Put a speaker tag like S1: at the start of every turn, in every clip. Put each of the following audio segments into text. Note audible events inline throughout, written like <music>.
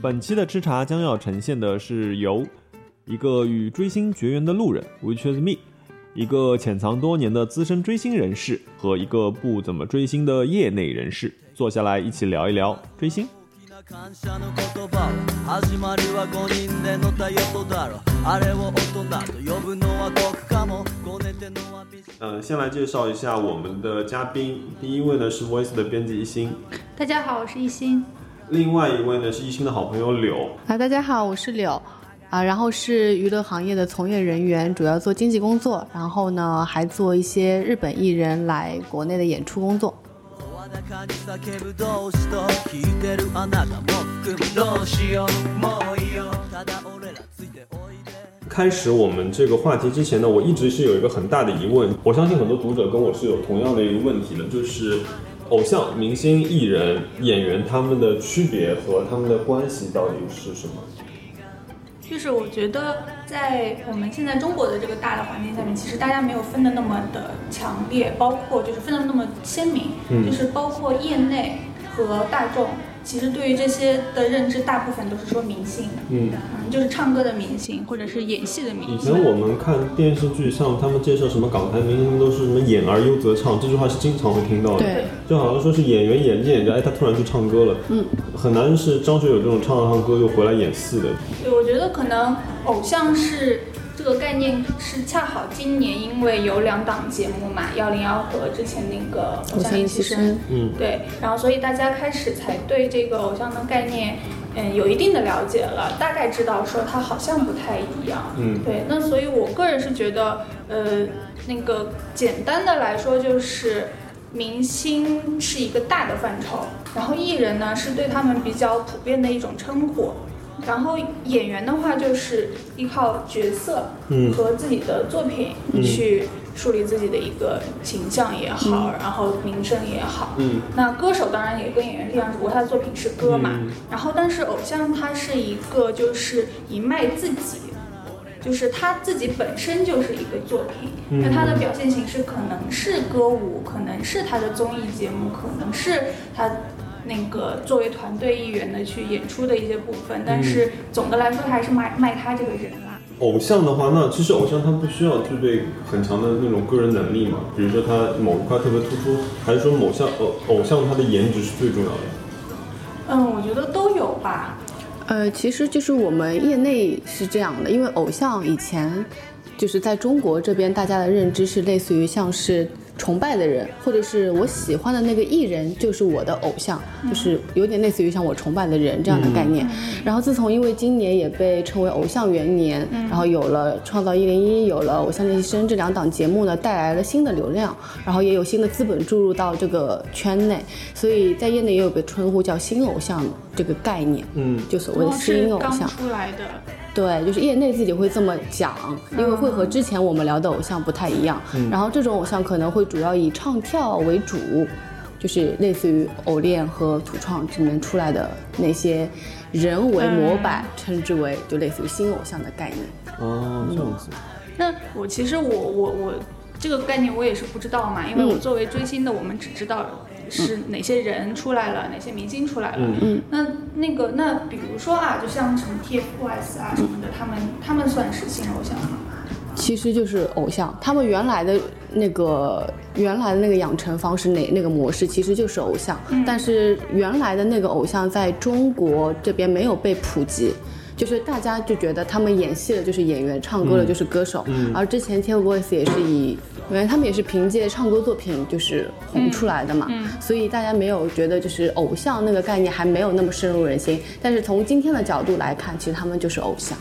S1: 本期的吃茶将要呈现的是由一个与追星绝缘的路人，which is me，一个潜藏多年的资深追星人士和一个不怎么追星的业内人士坐下来一起聊一聊追星。
S2: 感謝の言葉は始まりは5人でのたヨトだろあれを大人と呼ぶのは僕かもこねてのはビシ
S1: 嗯，先来介绍一下我们的嘉宾，第一位呢是 Voice 的编辑一心，
S3: 大家好，我是一心。
S1: 另外一位呢是一心的好朋友柳。
S4: 啊，大家好，我是柳，啊，然后是娱乐行业的从业人员，主要做经纪工作，然后呢还做一些日本艺人来国内的演出工作。
S2: 声高に叫ぶ同士と聞いてるあなたも含むどうしようもういいよただ俺らついておいで
S1: 开始我们这个话题之前呢，我一直是有一个很大的疑问，我相信很多读者跟我是有同样的一个问题的，就是偶像、明星、艺人、演员他们的区别和他们的关系到底是什么？
S3: 就是我觉得在我们现在中国的这个大的环境下面，其实大家没有分的那么的强烈，包括就是分的那么鲜明，
S1: 嗯
S3: 就是包括业内和大众，其实对于这些的认知，大部分都是说明星，
S1: 嗯，
S3: 嗯，就是唱歌的明星或者是演戏的
S1: 以
S3: 明
S1: 前
S3: 星。
S1: 我们看电视剧上，他们介绍什么港台明星都是什么演而优则唱，这句话是经常会听到的。
S4: 对，
S1: 就好像说是演员演着演着，哎，他突然就唱歌了。嗯，很难是张学友这种唱着唱歌又回来演戏的。
S3: 对，我觉得可能偶像是这个概念是恰好今年因为有两档节目嘛，幺零幺和之前那个《偶像练习生》，
S1: 嗯，
S3: 对，然后所以大家开始才对这个偶像的概念，嗯，有一定的了解了，大概知道说它好像不太一样。
S1: 嗯
S3: 对，那所以我个人是觉得，呃，那个简单的来说就是，明星是一个大的范畴，然后艺人呢是对他们比较普遍的一种称呼。然后演员的话，就是依靠角色
S1: 嗯
S3: 和自己的作品
S1: 嗯
S3: 去树立自己的一个形象也好，然后名声也好。
S1: 嗯，
S3: 那歌手当然也跟演员是一样，只不过他的作品是歌嘛。
S1: 嗯
S3: 然后，但是偶像他是一个就是一卖自己，就是他自己本身就是一个作品，
S1: 嗯
S3: 那他的表现形式可能是歌舞，可能是他的综艺节目，可能是他。那个作为团队一员的去演出的一些部分，但是
S1: 嗯
S3: 总的来说还是卖卖他这个人啦。
S1: 偶像的话，那其实偶像他不需要具备很强的那种个人能力嘛，比如说他某一块特别突出，还是说某项偶偶像他的颜值是最重要的？
S3: 嗯，我觉得都有吧。
S4: 呃，其实就是我们业内是这样的，因为偶像以前就是在中国这边，大家的认知是类似于像是崇拜的人，或者是我喜欢的那个艺人就是我的偶像，就是有点类似于像我崇拜的人这样的概念。然后自从因为今年也被称为偶像元年，然后有了《创造一零一》，有了《偶像练习生》这两档节目呢，带来了新的流量，然后也有新的资本注入到这个圈内，所以在业内也有被称呼叫“新偶像”这个概念。
S1: 嗯，
S4: 就所谓
S3: 然
S4: 的
S3: 后
S4: 新
S3: 哦是
S4: 偶
S3: 刚
S4: 像，
S3: 出来的，
S4: 对，就是业内自己会这么讲，因为会
S3: 嗯
S4: 和之前我们聊的偶像不太一样。然后这种偶像可能会主要以唱跳为主，就是类似于偶练和土创里面出来的那些人为模
S3: 嗯
S4: 板，称之为就类似于新偶像的概念。
S1: 哦，这样子，
S3: 那我其实我我我这个概念我也是不知道嘛，因为
S4: 嗯
S3: 我作为追星的，我们只知道是哪些人出来了，哪些明星出来了。
S1: 嗯
S3: 那那个那比如说啊，就像什么 TFBOYS 啊什么的，他们他们算是新偶像吗？
S4: 其实就是偶像，他们原来的那个原来的那个养成方式那那个模式，其实就是偶像、但是原来的那个偶像在中国这边没有被普及。就是大家就觉得他们演戏了就是演员，唱歌了就是歌手，而之前 TFBOYS 也是以，因为他们也是凭借唱歌作品就是红出来的嘛，所以大家没有觉得就是偶像那个概念还没有那么深入人心。但是从今天的角度来看，其实他们就是偶像。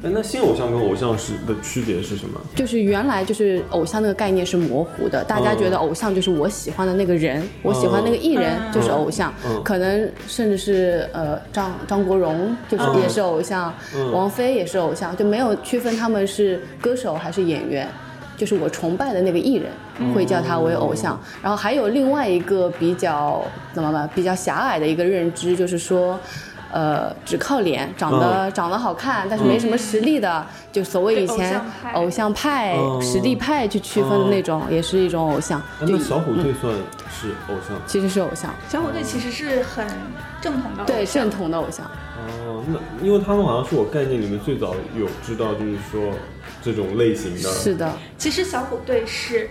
S1: 哎，那新偶像跟偶像是的区别是什么？
S4: 就是原来就是偶像那个概念是模糊的，大家觉得偶像就是我喜欢的那个人，我喜欢那个艺人就是偶像，
S1: 嗯
S4: 可能甚至是呃张张国荣就是
S1: 嗯
S4: 也是偶像，
S1: 嗯
S4: 王菲也是偶像，就没有区分他们是歌手还是演员。就是我崇拜的那个艺人，会叫他为偶
S1: 嗯
S4: 像。然后还有另外一个比较怎么办？比较狭隘的一个认知，就是说，呃只靠脸，长
S1: 嗯
S4: 得、长得好看，但是没什么实力的，就所谓以前
S3: 对
S4: 偶
S3: 偶
S4: 像派、
S1: 嗯
S4: 实力派去区分的那种，也是一种偶像。就
S1: 哦那小虎队算是偶像？
S4: 其实是偶像，
S3: 小虎队其实是很正统的偶像，
S4: 对正统的偶像。
S1: 哦，那因为他们好像是我概念里面最早有知道，就是说这种类型的。
S4: 是的，
S3: 其实小虎队是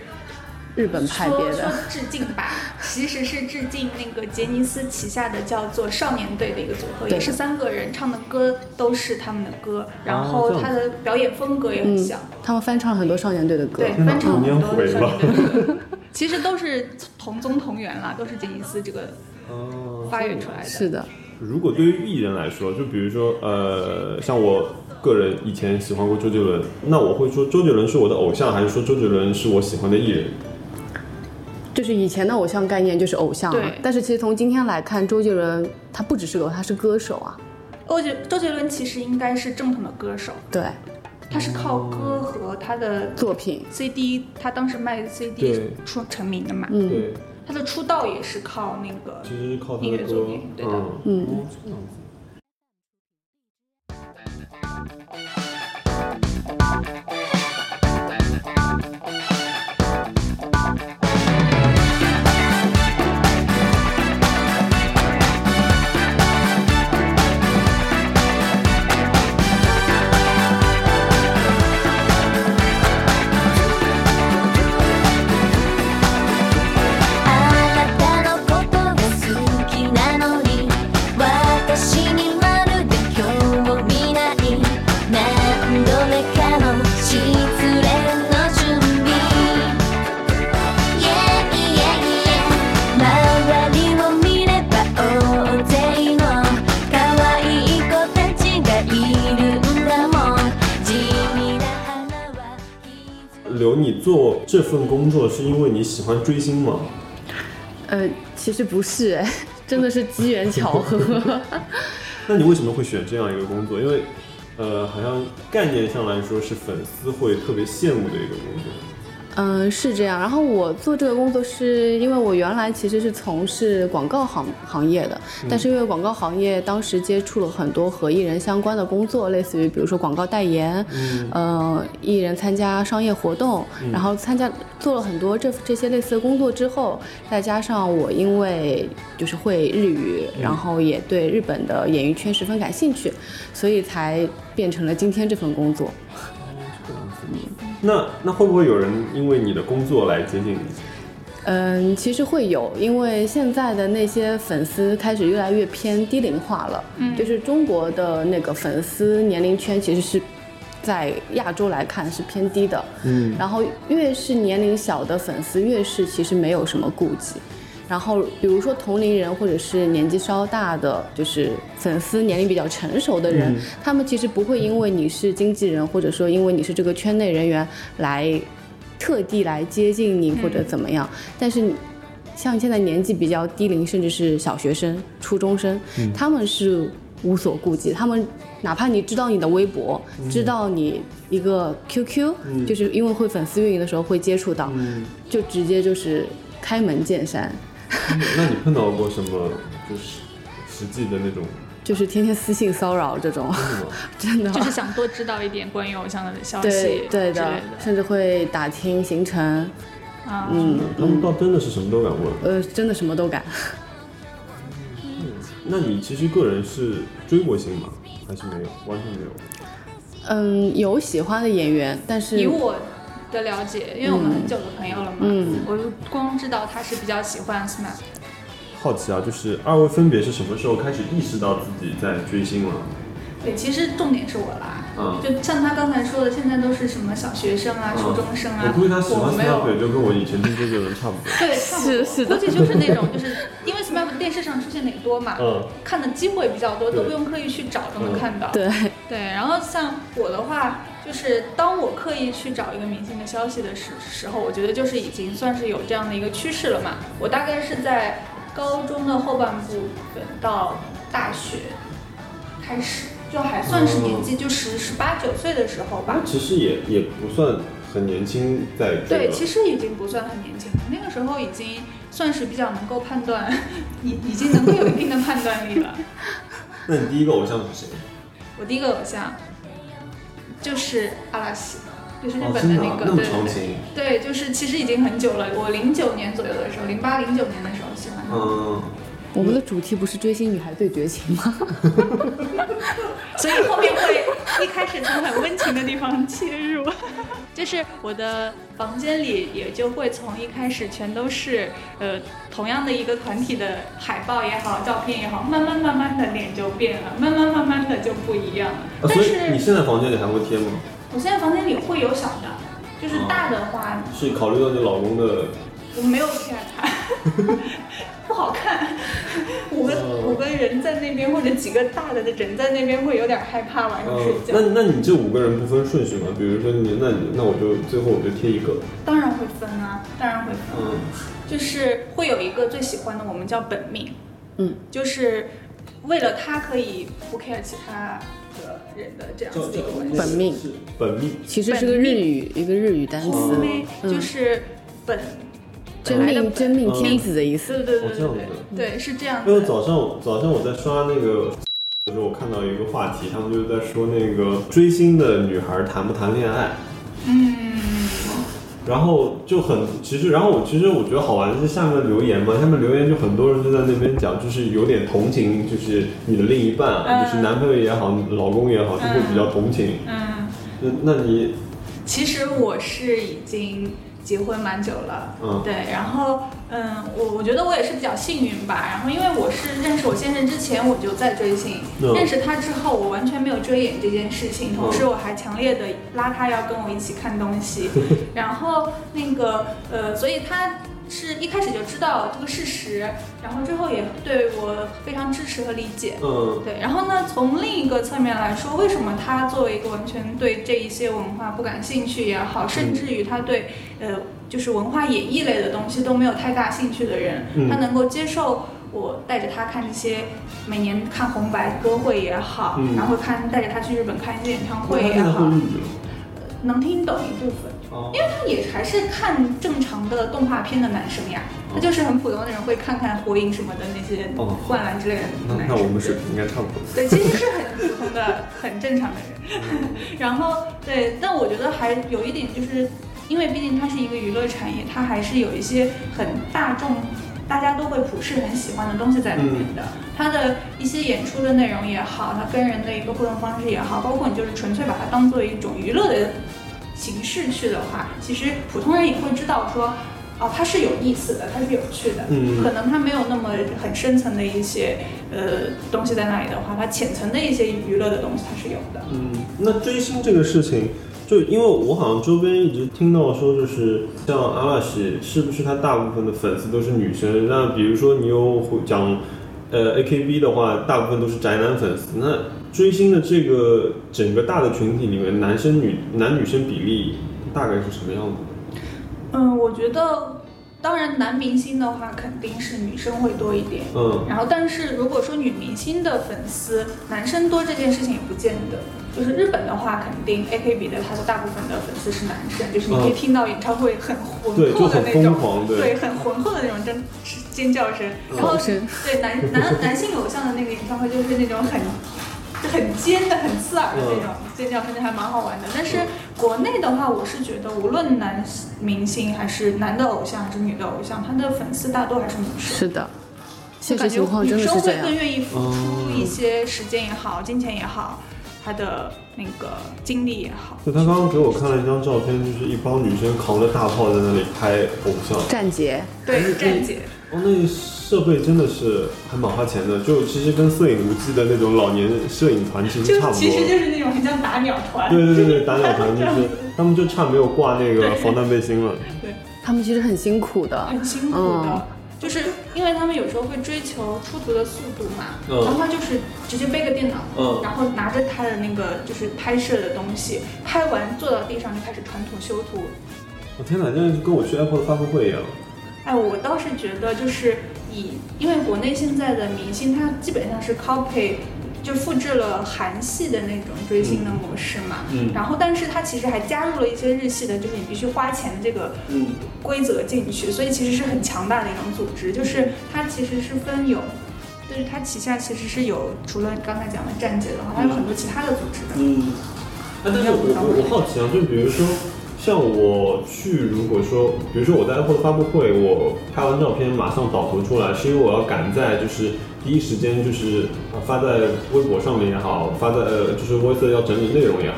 S4: 日本派别
S3: 说说
S4: 的。
S3: 致敬吧，其实是致敬那个杰尼斯旗下的叫做少年队的一个组合，
S4: 对
S3: 也是三个人唱的歌都是他们的歌，
S1: 哦
S3: 然
S1: 这
S3: 后
S1: 样
S3: 他的表演风格也
S4: 嗯
S3: 很像，
S4: 他们翻唱了很多少年队的歌
S3: 对，，
S1: 天哪
S3: 翻唱很多的少
S1: 五
S3: 年队的歌， <laughs> 其实都是同宗同源啦，都是杰尼斯这个
S1: 哦
S3: 发源出来的。
S4: 是的，
S1: 如果对于艺人来说，就比如说呃，像我个人以前喜欢过周杰伦，那我会说周杰伦是我的偶像，还是说周杰伦是我喜欢的艺人？
S4: 就是以前的偶像概念就是偶像啊
S3: 对，
S4: 但是其实从今天来看，周杰伦他不只是个偶像，他是歌手啊。
S3: 周杰周杰伦其实应该是正统的歌手，
S4: 对，
S3: 他是靠歌和他的
S4: 作品
S3: CD，他当时卖 CD
S1: 对
S3: 出成名的嘛，
S4: 嗯
S1: 对，
S3: 他的出道也是靠那个
S1: 其实是靠他
S3: 音
S1: 的
S3: 乐作
S1: 歌
S3: 品，对的
S1: 嗯
S4: 嗯
S1: 哦这样子。
S5: 「あなたのことが好きなのに」「私にまるで興味ない」「何度目かの失恋の準備」「イェイイェイイェイ」「周りを見れば大勢の可愛い子たちがいるんだもん」「地味な花は
S1: 刘，你做这份工作是因为你喜欢追星吗？
S4: 呃，其实不是，哎真的是机缘巧
S1: <laughs>
S4: 合。
S1: 那你为什么会选这样一个工作？因为，呃，好像概念上来说是粉丝会特别羡慕的一个工作。
S4: 嗯，是这样。然后我做这个工作是因为我原来其实是从事广告行行业的，但是因为广告行业当时接触了很多和艺人相关的工作，类似于比如说广告代言，
S1: 嗯
S4: 呃，艺人参加商业活动，然后参加做了很多这这些类似的工作之后，再加上我因为就是会日语，然后也对日本的演艺圈十分感兴趣，所以才变成了今天这份工作。
S1: 那那会不会有人因为你的工作来接近你？
S4: 嗯，其实会有，因为现在的那些粉丝开始越来越偏低龄化了。嗯，就是中国的那个粉丝年龄圈其实是在亚洲来看是偏低的。嗯，然后越是年龄小的粉丝，越是其实没有什么顾忌。然后，比如说同龄人或者是年纪稍大的，就是粉丝年龄比较成熟的人，他们其实不会因为你是经纪人，或者说因为你是这个圈内人员来特地来接近你
S3: 嗯
S4: 或者怎么样。但是你像现在年纪比较低龄，甚至是小学生、初中生，他们是无所顾忌，他们哪怕你知道你的微博，知道你一个 QQ，、就是因为会粉丝运营的时候会接触到，
S1: 嗯
S4: 就直接就是开门见山。
S1: 那你碰到过什么就是实际的那种？
S4: 就是天天私信骚扰这种， <laughs>
S1: 是吗
S4: 真的，
S3: 就是想多知道一点关于偶像的消息之类
S4: 对对的，甚至会打听行程，
S3: 啊，
S4: 嗯
S1: 他们倒真的是什么都敢问。
S4: 呃，真的什么都敢。
S1: 那你其实个人是追过星吗？还是没有？完全没有。
S4: 嗯，有喜欢的演员，但是
S3: 以我的了解，因为我们很久的朋友了嘛，
S4: 嗯
S3: 我就光知道他是比较喜欢 SMAP，
S1: 好奇啊，就是二位分别是什么时候开始意识到自己在追星了？
S3: 对，其实重点是我啦。
S1: 嗯
S3: 就像他刚才说的，现在都是什么小学生啊、初中生啊，
S1: 嗯我估计他喜欢
S3: 我没有
S1: SNAP 也就跟我以前听周杰伦差不多。
S4: <laughs>
S3: 对，差不多
S4: 是是的
S3: 估计就是那种，就是因为 SMAP 电视上出现的也多嘛，
S1: 嗯
S3: 看的机会比较多，
S1: 对
S3: 都不用刻意去找都能看到。
S4: 对，
S3: 对，然后像我的话，就是当我刻意去找一个明星的消息的时时候，我觉得就是已经算是有这样的一个趋势了嘛。我大概是在高中的后半部分到大学开始，就还算
S1: 哦
S3: 是年纪就十十八九岁的时候吧
S1: 那。其实也也不算很年轻在追
S3: 对，
S1: 了
S3: 其实已经不算很年轻了，那个时候已 <laughs> 经算是比较能够判断，已已经能够有一定的判断力了。
S1: 那你第一个偶像是谁？
S3: 我第一个偶像就是阿拉斯，就是日
S1: 哦，
S3: 本
S1: 真
S3: 的
S1: 的
S3: 那
S1: 啊，
S3: 个，
S1: 那么
S3: 对
S1: 长
S3: 对对
S1: 情。
S3: 对，就是其实已经很久了，我零九年左右的时候，零八零九年的时候喜欢他。
S1: 嗯，
S4: 我们的主题不是追星女孩最绝情吗？
S3: 嗯所以后面会一开始从很温情的地方切入， <laughs> 就是我的房间里也就会从一开始全都是呃同样的一个团体的海报也好，照片也好，慢慢慢慢的脸就变了，慢慢慢慢的就不一样了。
S1: 啊
S3: 但
S1: 所以你
S3: 是
S1: 现在房间里还会贴吗？
S3: 我现在房间里会有小的，就是
S1: 嗯
S3: 大的话
S1: 是考虑到你老公的，
S3: 我没有贴它。 <laughs> 不好看，五个
S1: 哦
S3: 五个人在那边，或者几个大的人在那边，会有点害怕晚上睡
S1: 嗯，
S3: 觉。
S1: 那那你这五个人不分顺序吗？比如说你，那你那我就最后我就贴一个，
S3: 当然会分啊，当然会分，
S1: 嗯，
S3: 就是会有一个最喜欢的，我们叫本命，
S4: 嗯，
S3: 就是为了他可以不 care 其他的人的这样子的一个关系。
S4: 本命
S1: 是本命，
S4: <laughs> 其实是个日语，一个日语单
S1: 本
S4: 词，
S1: 命
S3: 妹
S4: 嗯
S3: 就是本，
S4: 真
S3: 哦本来的
S4: 命真命
S1: 嗯
S4: 天子的意思。
S3: 对
S1: 哦
S3: 对对对
S1: 这样
S3: 对
S1: 子，
S3: 对是这样
S1: 因为
S3: 子的。
S1: 早上我早上我在刷那个的时候，我看到一个话题，他们就是在说那个追星的女孩谈不谈恋爱，
S3: 嗯，
S1: 然后就很其实，然后我其实我觉得好玩的是下面留言嘛，下面留言就很多人就在那边讲，就是有点同情，就是你的另一半啊，
S3: 嗯
S1: 就是男朋友也好，老公也好，就会比较同情。
S3: 嗯，
S1: 那那你
S3: 其实我是已经结婚蛮久了，
S1: 嗯
S3: 对，然后嗯，我我觉得我也是比较幸运吧。然后因为我是认识我先生之前我就在追星，
S1: 嗯
S3: 认识他之后我完全没有追演这件事情，同时我还强烈的拉他要跟我一起看
S1: <laughs>
S3: 东西，然后那个呃，所以他。是一开始就知道这个事实，然后之后也对我非常支持和理解。
S1: 嗯
S3: 对，然后呢，从另一个侧面来说，为什么他作为一个完全对这一些文化不感兴趣也好，
S1: 嗯
S3: 甚至于他对呃就是文化演绎类的东西都没有太大兴趣的人，
S1: 嗯
S3: 他能够接受我带着他看这些每年看红白歌会也好，
S1: 嗯
S3: 然后看带着他去日本看一些演唱会
S1: 那他
S3: 也
S1: 现在会
S3: 好
S1: 日，语
S3: 能听懂一部分。
S1: 了啊？
S3: 因为他也还是看正常的动画片的男生呀，他就是很普通的人，会看看火影什么的那些
S1: 哦
S3: 灌篮之类的
S1: 那
S3: 男
S1: 那
S3: 生。
S1: 我们水平应该差不多。
S3: 对，其实是很普通的、很正常的人。 <laughs> 然后对，但我觉得还有一点就是，因为毕竟它是一个娱乐产业，它还是有一些很大众。大家都会普世很喜欢的东西在里面的，它的一些演出的内容也好，它跟人的一个互动方式也好，包括你就是纯粹把它当做一种娱乐的形式去的话，其实普通人也会知道说，哦，它是有意思的，它是有趣的，
S1: 嗯
S3: 可能它没有那么很深层的一些呃东西在那里的话，它浅层的一些娱乐的东西它是有的。
S1: 嗯，那追星这个事情，就因为我好像周边一直听到说，就是像阿拉西，是不是他大部分的粉丝都是女生？那比如说你有讲，呃，AKB 的话，大部分都是宅男粉丝。那追星的这个整个大的群体里面，男生女男女生比例大概是什么样子
S3: 嗯，我觉得当然男明星的话肯定是女生会多一点，
S1: 的？嗯，
S3: 然后但是如果说女明星的粉丝男生多这件事情也不见得。就是日本的话，肯定 AKB 的，它的大部分的粉丝是男生，就是你可以
S1: 嗯
S3: 听到演唱会很浑
S1: 对，嗯就
S3: 厚的
S1: 很
S3: 那
S1: 疯
S3: 种，
S1: 狂，
S3: 对，很浑厚的那种尖尖叫声，然后
S4: 吼声
S3: 对男男男性偶像的那个演唱会就是那种很就很尖的、很刺耳的那种
S1: 嗯
S3: 尖叫声，就还蛮好玩的。但是国内的话，我是觉得无论男明星还是男的偶像还是女的偶像，他的粉丝大多还是女生。
S4: 是的，现
S3: 感
S4: 实
S3: 觉
S4: 情况真
S3: 女
S4: 的
S3: 生
S4: 是这
S3: 会
S4: 样
S3: 更。愿意付出
S1: 嗯
S3: 一些时间也好、金钱也好，她的那个精力也好。
S1: 就他刚刚给我看了一张照片，就是一帮女生扛着大炮在那里拍偶像。
S4: 站姐，
S3: 对，站姐，
S1: 哦，那设备真的是还蛮花钱的，就其实跟摄影无忌的那种老年摄影团其实差
S3: 就
S1: 不多。
S3: 其实就是那种很像打鸟团。
S1: 对对对对，打鸟
S3: <laughs>
S1: 团就
S3: 这样
S1: 是
S3: 子
S1: 他们就差没有挂那个防弹背心了。
S4: 他们其实很辛苦的，
S3: 很辛苦
S4: 嗯
S3: 的，就是因为他们有时候会追求出图的速度嘛，
S1: 嗯
S3: 然后他就是直接背个电脑，
S1: 嗯
S3: 然后拿着他的那个就是拍摄的东西，拍完坐到地上就开始传图修图。
S1: 我、哦天哪，这就跟我去 Apple 的发布会一样。
S3: 哎，我倒是觉得就是以，因为国内现在的明星他基本上是 copy。就复制了韩系的那种追星的模式嘛，
S1: 嗯嗯
S3: 然后但是它其实还加入了一些日系的，就是你必须花钱的这个
S1: 嗯
S3: 规则进去，所以其实是很强大的一种组织。就是它其实是分有就是它旗下其实是有除了刚才讲的站姐的话，还有很多其他的组织的。
S1: 嗯，哎，但是我我我好奇啊，就比如说，像我去，如果说，比如说我在 Apple 的发布会，我拍完照片马上导图出来，是因为我要赶在就是第一时间就是呃发在微博上面也好，发在呃就是 Voice 要整理内容也好，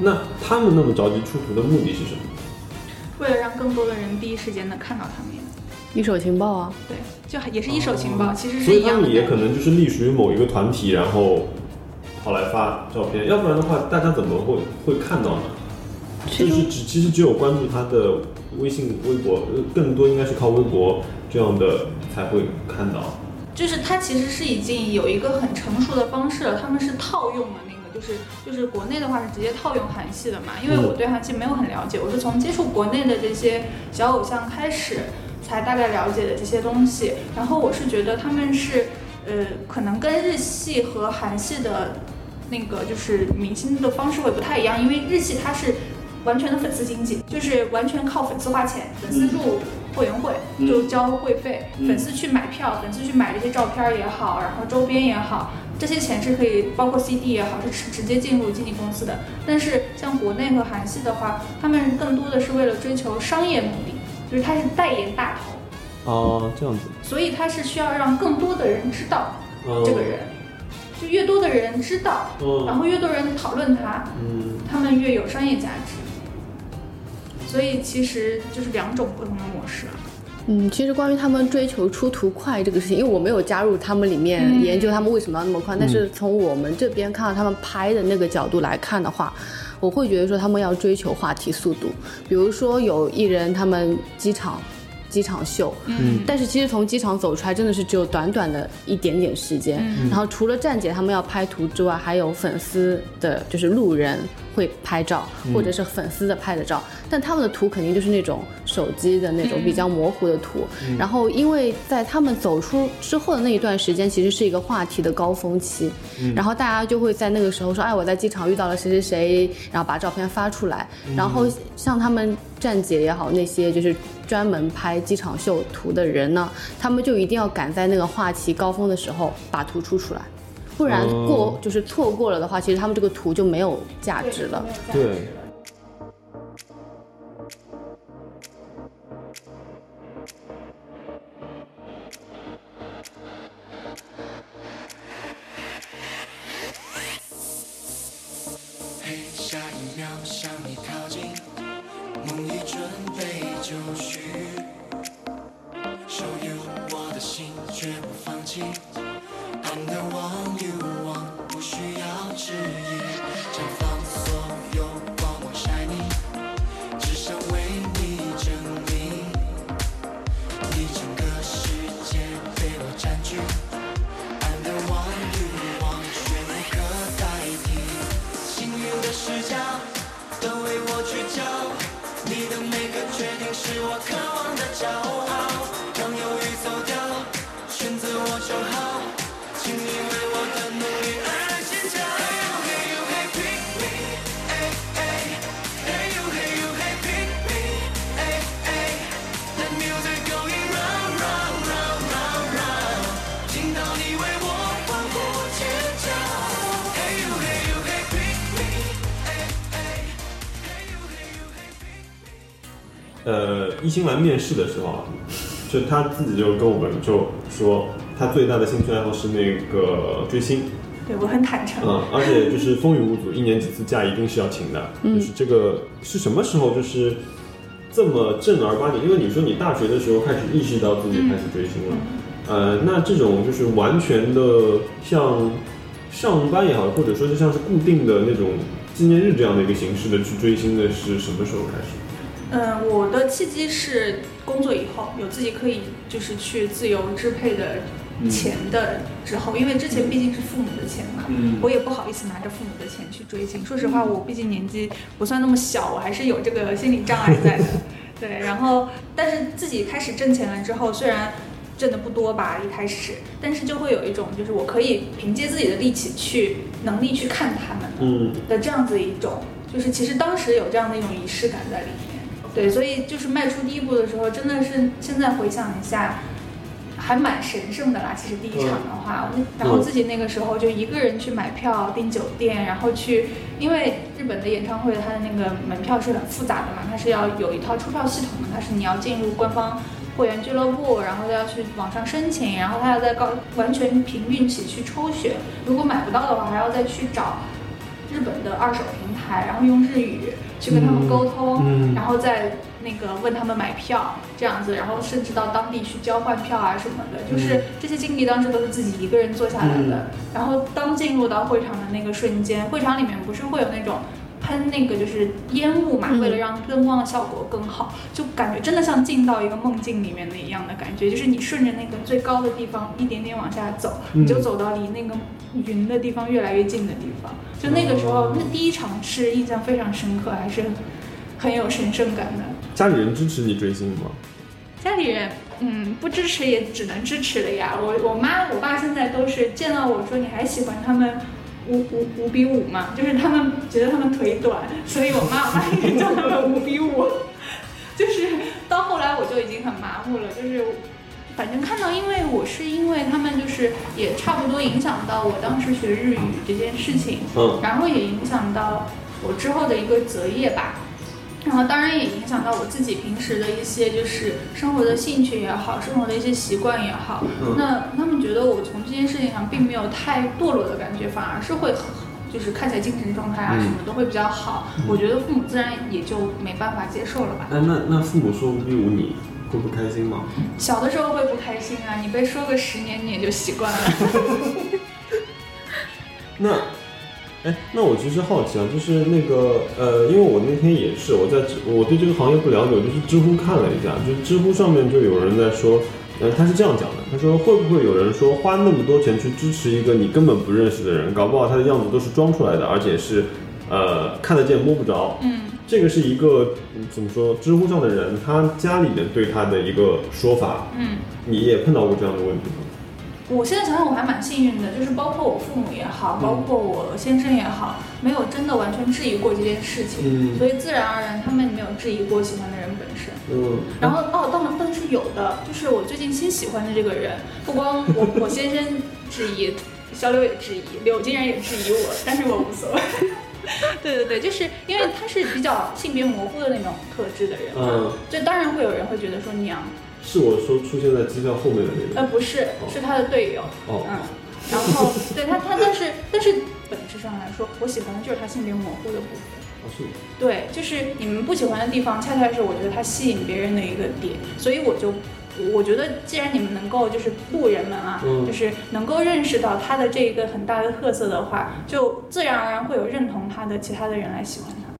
S1: 那他们那么着急出图的目的是什么？
S3: 为了让更多的人第一时间能看到他们，
S4: 一手情报啊，
S3: 对，就还也是一手情报，其实
S1: 哦所
S3: 是
S1: 以
S3: 一
S1: 他
S3: 样的。
S1: 们也可能就是隶属于某一个团体，然后跑来发照片，要不然的话，大家怎么会会看到呢？
S4: 其
S1: 就
S4: 实
S1: 是只其实只有关注他的微信、微博，呃更多应该是靠微博这样的才会看到。
S3: 就是它其实是已经有一个很成熟的方式了，他们是套用了那个，就是就是国内的话是直接套用韩系的嘛，因为
S1: 嗯
S3: 我对韩系没有很了解，我是从接触国内的这些小偶像开始才大概了解的这些东西，然后我是觉得他们是呃可能跟日系和韩系的那个就是明星的方式会不太一样，因为日系它是完全的粉丝经济，就是完全靠粉丝花钱，粉丝入会员会、就交会费，粉丝去买票，粉丝去买这些照片也好，然后周边也好，这些钱是可以包括 CD 也好，是直直接进入经纪公司的。但是像国内和韩系的话，他们更多的是为了追求商业目的，就是他是代言大头，
S1: 哦、这样子，
S3: 所以他是需要让更多的人知道
S1: 嗯
S3: 这个人，就越多的人知道，然
S1: 嗯
S3: 后越多人讨论他，
S1: 嗯，
S3: 他们越有商业价值。所以其实就是两种不同的模式。
S4: 嗯，其实关于他们追求出图快这个事情，因为我没有加入他们里面
S3: 嗯
S4: 研究他们为什么要那么快，但是从我们这边看到他们拍的那个角度来看的话，我会觉得说他们要追求话题速度。比如说有艺人他们机场机场秀，
S1: 嗯
S4: 但是其实从机场走出来真的是只有短短的一点点时间。然后除了站姐他们要拍图之外，还有粉丝的，就是路人会拍照，或者是粉丝的拍的照。但他们的图肯定就是那种手机的那种比较模糊的图。然后因为在他们走出之后的那一段时间，其实是一个话题的高峰期。然后大家就会在那个时候说，哎，我在机场遇到了谁谁谁，然后把照片发出来。然后像他们站姐也好，那些就是专门拍机场秀图的人呢，他们就一定要赶在那个话题高峰的时候把图出出来，不然
S1: 哦
S4: 过、就是错过了的话，其实他们这个图就没有价值了。
S1: 对。
S2: 嘿，下一秒向你靠近，梦已准备就绪，手有我的心绝不放弃。I'm the one you want，不需要质疑，绽放所有光芒 shining，只想为你证明，你整个世界被我占据。I'm the one you want，却无可代替。幸运的视角都为我聚焦，你的每个决定是我渴望的骄傲。让犹豫走掉，选择我就好，请你为我的努力而尖叫。Hey you, hey you, hey pick me, hey hey. Hey you, hey you, hey pick me, hey hey. That music going round, round, round, round, round. 听到你为我欢呼尖叫。Hey you, hey you, hey pick me, hey hey. Hey you, hey you, hey pick me.
S1: 呃，一星来面试的时候啊，就他自己就跟我们就说，他最大的兴趣爱好是那个追星，
S3: 对我很坦诚，
S1: 嗯，而且就是风雨无阻，一年几次假一定是要请的。就是这个是什么时候就是这么正儿八经？因为你说你大学的时候开始意识到自己开始追星
S3: 嗯
S1: 了，呃，那这种就是完全的像上班也好，或者说就像是固定的那种纪念日这样的一个形式的去追星的是什么时候开始？
S3: 嗯，我的契机是工作以后有自己可以就是去自由支配的钱的之后，因为之前毕竟是父母的钱嘛，
S6: 嗯
S1: 嗯
S3: 我也不好意思拿着父母的钱去追星。说实话，我毕竟年纪不算那么小，我还是有这个心理障碍在的。对，然后但是自己开始挣钱了之后，虽然挣的不多吧，一开始，但是就会有一种就是我可以凭借自己的力气去能力去看他们了。
S1: 嗯，
S3: 的这样子一种，就是其实当时有这样的一种仪式感在里面。对，所以就是迈出第一步的时候，真的是现在回想一下，还蛮神圣的啦。其实第一场的话，我然后自己那个时候就一个人去买票、订酒店，然后去，因为日本的演唱会它的那个门票是很复杂的嘛，它是要有一套出票系统的，它是你要进入官方会员俱乐部，然后要去网上申请，然后它要再高完全凭运气去抽选，如果买不到的话，还要再去找日本的二手平台，然后用日语去跟他们沟通，
S6: 嗯嗯
S3: 然后再那个问他们买票这样子，然后甚至到当地去交换票啊什么的，就是这些经历当时都是自己一个人做下来
S6: 嗯
S3: 的。然后当进入到会场的那个瞬间，会场里面不是会有那种。喷那个就是烟雾嘛，
S4: 嗯
S3: 为了让灯光的效果更好，就感觉真的像进到一个梦境里面的一样的感觉，就是你顺着那个最高的地方一点点往下走，你就
S6: 嗯
S3: 走到离那个云的地方越来越近的地方。就那个时候，那第一场是印象非常深刻，还是很有神圣感的。
S6: 家里人支持你追星吗？
S3: 家里人，嗯，不支持也只能支持了呀。我我妈我爸现在都是见到我说你还喜欢他们五五五比五嘛，就是他们觉得他们腿短，所以我妈我妈一直叫他们五比五。 <laughs> 就是到后来我就已经很麻木了，就是反正看到，因为我是因为他们就是也差不多影响到我当时学日语这件事情，
S6: 嗯
S3: 然后也影响到我之后的一个择业吧。然后当然也影响到我自己平时的一些就是生活的兴趣也好，生活的一些习惯也好。那他们觉得我从这件事情上并没有太堕落的感觉，反而是会很就是看起来精神状态啊
S6: 嗯
S3: 什么都会比较好。我觉得父母自然也就没办法接受了吧。
S6: 那那那父母说五比五，你会不开心吗？
S3: 小的时候会不开心啊，你被说个十年你也就习惯了。
S1: 那，哎，那我其实好奇啊，就是那个呃，因为我那天也是，我在知我对这个行业不了解，我就是知乎看了一下，就知乎上面就有人在说，呃，他是这样讲的，他说会不会有人说花那么多钱去支持一个你根本不认识的人，搞不好他的样子都是装出来的，而且是呃看得见摸不着。
S3: 嗯，
S1: 这个是一个嗯怎么说？知乎上的人，他家里人对他的一个说法。
S3: 嗯，
S1: 你也碰到过这样的问题吗？
S3: 我现在想想我还蛮幸运的，就是包括我父母也好，包
S6: 嗯
S3: 括我先生也好，没有真的完全质疑过这件事情，
S6: 嗯
S3: 所以自然而然他们没有质疑过喜欢的人本身。
S6: 嗯，
S3: 然后哦，当然但是有的，就是我最近新喜欢的这个人，不光我我先生质疑，小柳也质疑，柳竟然也质疑我，但是我无所谓。 <laughs> 对对对，就是因为他是比较性别模糊的那种特质的人嘛，
S1: 嗯
S3: 就当然会有人会觉得说娘，
S1: 是我说出现在机票后面的那个。
S3: 呃不是，是他的队友，
S1: 哦
S3: 嗯，然后 <laughs> 对他他但是但是本质上来说，我喜欢的就是他性别模糊的部分。
S1: 哦，是吗
S3: 对，就是你们不喜欢的地方，恰恰是我觉得它吸引别人的一个点，所以我就。我觉得，既然你们能够就是路人们啊，
S1: 嗯
S3: 就是能够认识到他的这一个很大的特色的话，就自然而然会有认同他的其他的人来喜欢他。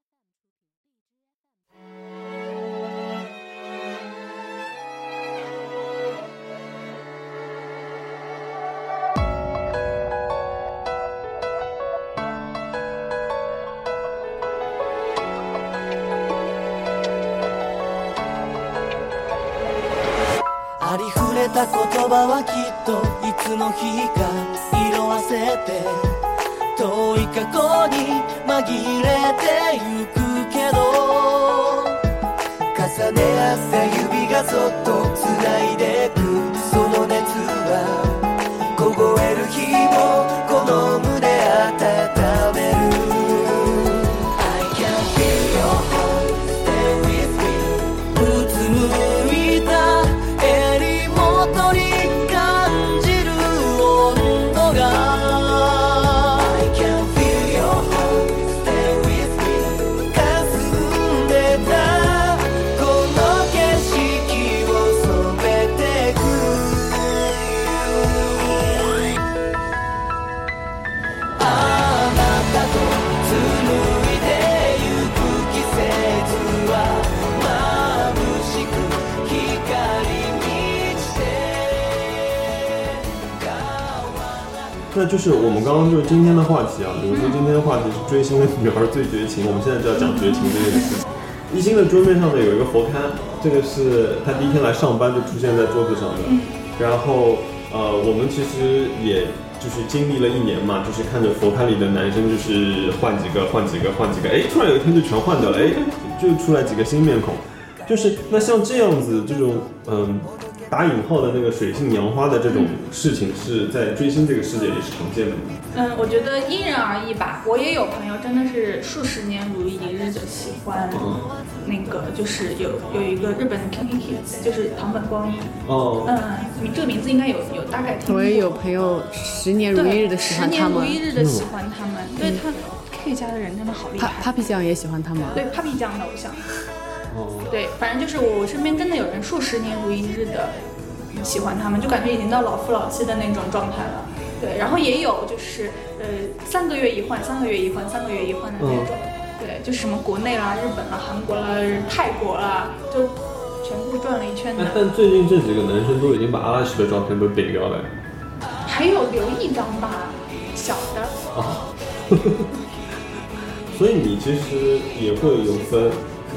S2: ありふれた言葉はきっといつの日か色あせて遠い過去に紛れてゆくけど重ね合った指がそっと繋いでくその熱は凍える日もこの胸温める I can feel your heart stay with me うつむいた襟元に感じる温度が I can feel your heart stay with me 霞んでたこの景色を染めてくあなたと紡いでゆく季節は眩しく光に満ちて変わらない
S1: 那就是我们刚刚就是今天的话题啊，比如说今天的话题是追星的女儿最绝情，我们现在就要讲绝情这件事情。一星的桌面上呢有一个佛龛，这个是他第一天来上班就出现在桌子上的。然后呃，我们其实也就是经历了一年嘛，就是看着佛龛里的男生就是换几个换几个换几个，哎，突然有一天就全换掉了，哎，就出来几个新面孔。就是那像这样子这种嗯打引号的那个水性杨花的这种事情，是在追星这个世界里是常见的吗？
S3: 嗯，我觉得因人而异吧。我也有朋友真的是数十年如一日的喜欢
S1: 嗯，
S3: 那个，就是有有一个日本的 Kinky Kids，就是堂本光一。
S1: 哦，
S3: 嗯，你这个名字应该有有大概听过。
S4: 我也有朋友十年如
S3: 对
S4: 一日的喜欢他
S3: 十
S4: 们
S3: 年如一日的喜欢他们，对他 K 家的人真的好厉
S4: ，Pa
S3: 害。
S4: Papi 酱也喜欢他们。
S3: 对 Papi 酱的偶像，
S1: 哦，
S3: 对，反正就是我身边真的有人数十年如一日的喜欢他们，就感觉已经到老夫老妻的那种状态了。对，然后也有就是呃三个月一换，三个月一换，三个月一换的那种。对，就什么国内啦、日本啦、韩国啦、泰国啦，就全部转了一圈
S1: 哎
S3: 的，。
S1: <laughs> 但最近这几个男生都已经把阿拉什的照片都给掉了。
S3: 还有留一张吧，小的。
S1: 啊，所以你其实也会有分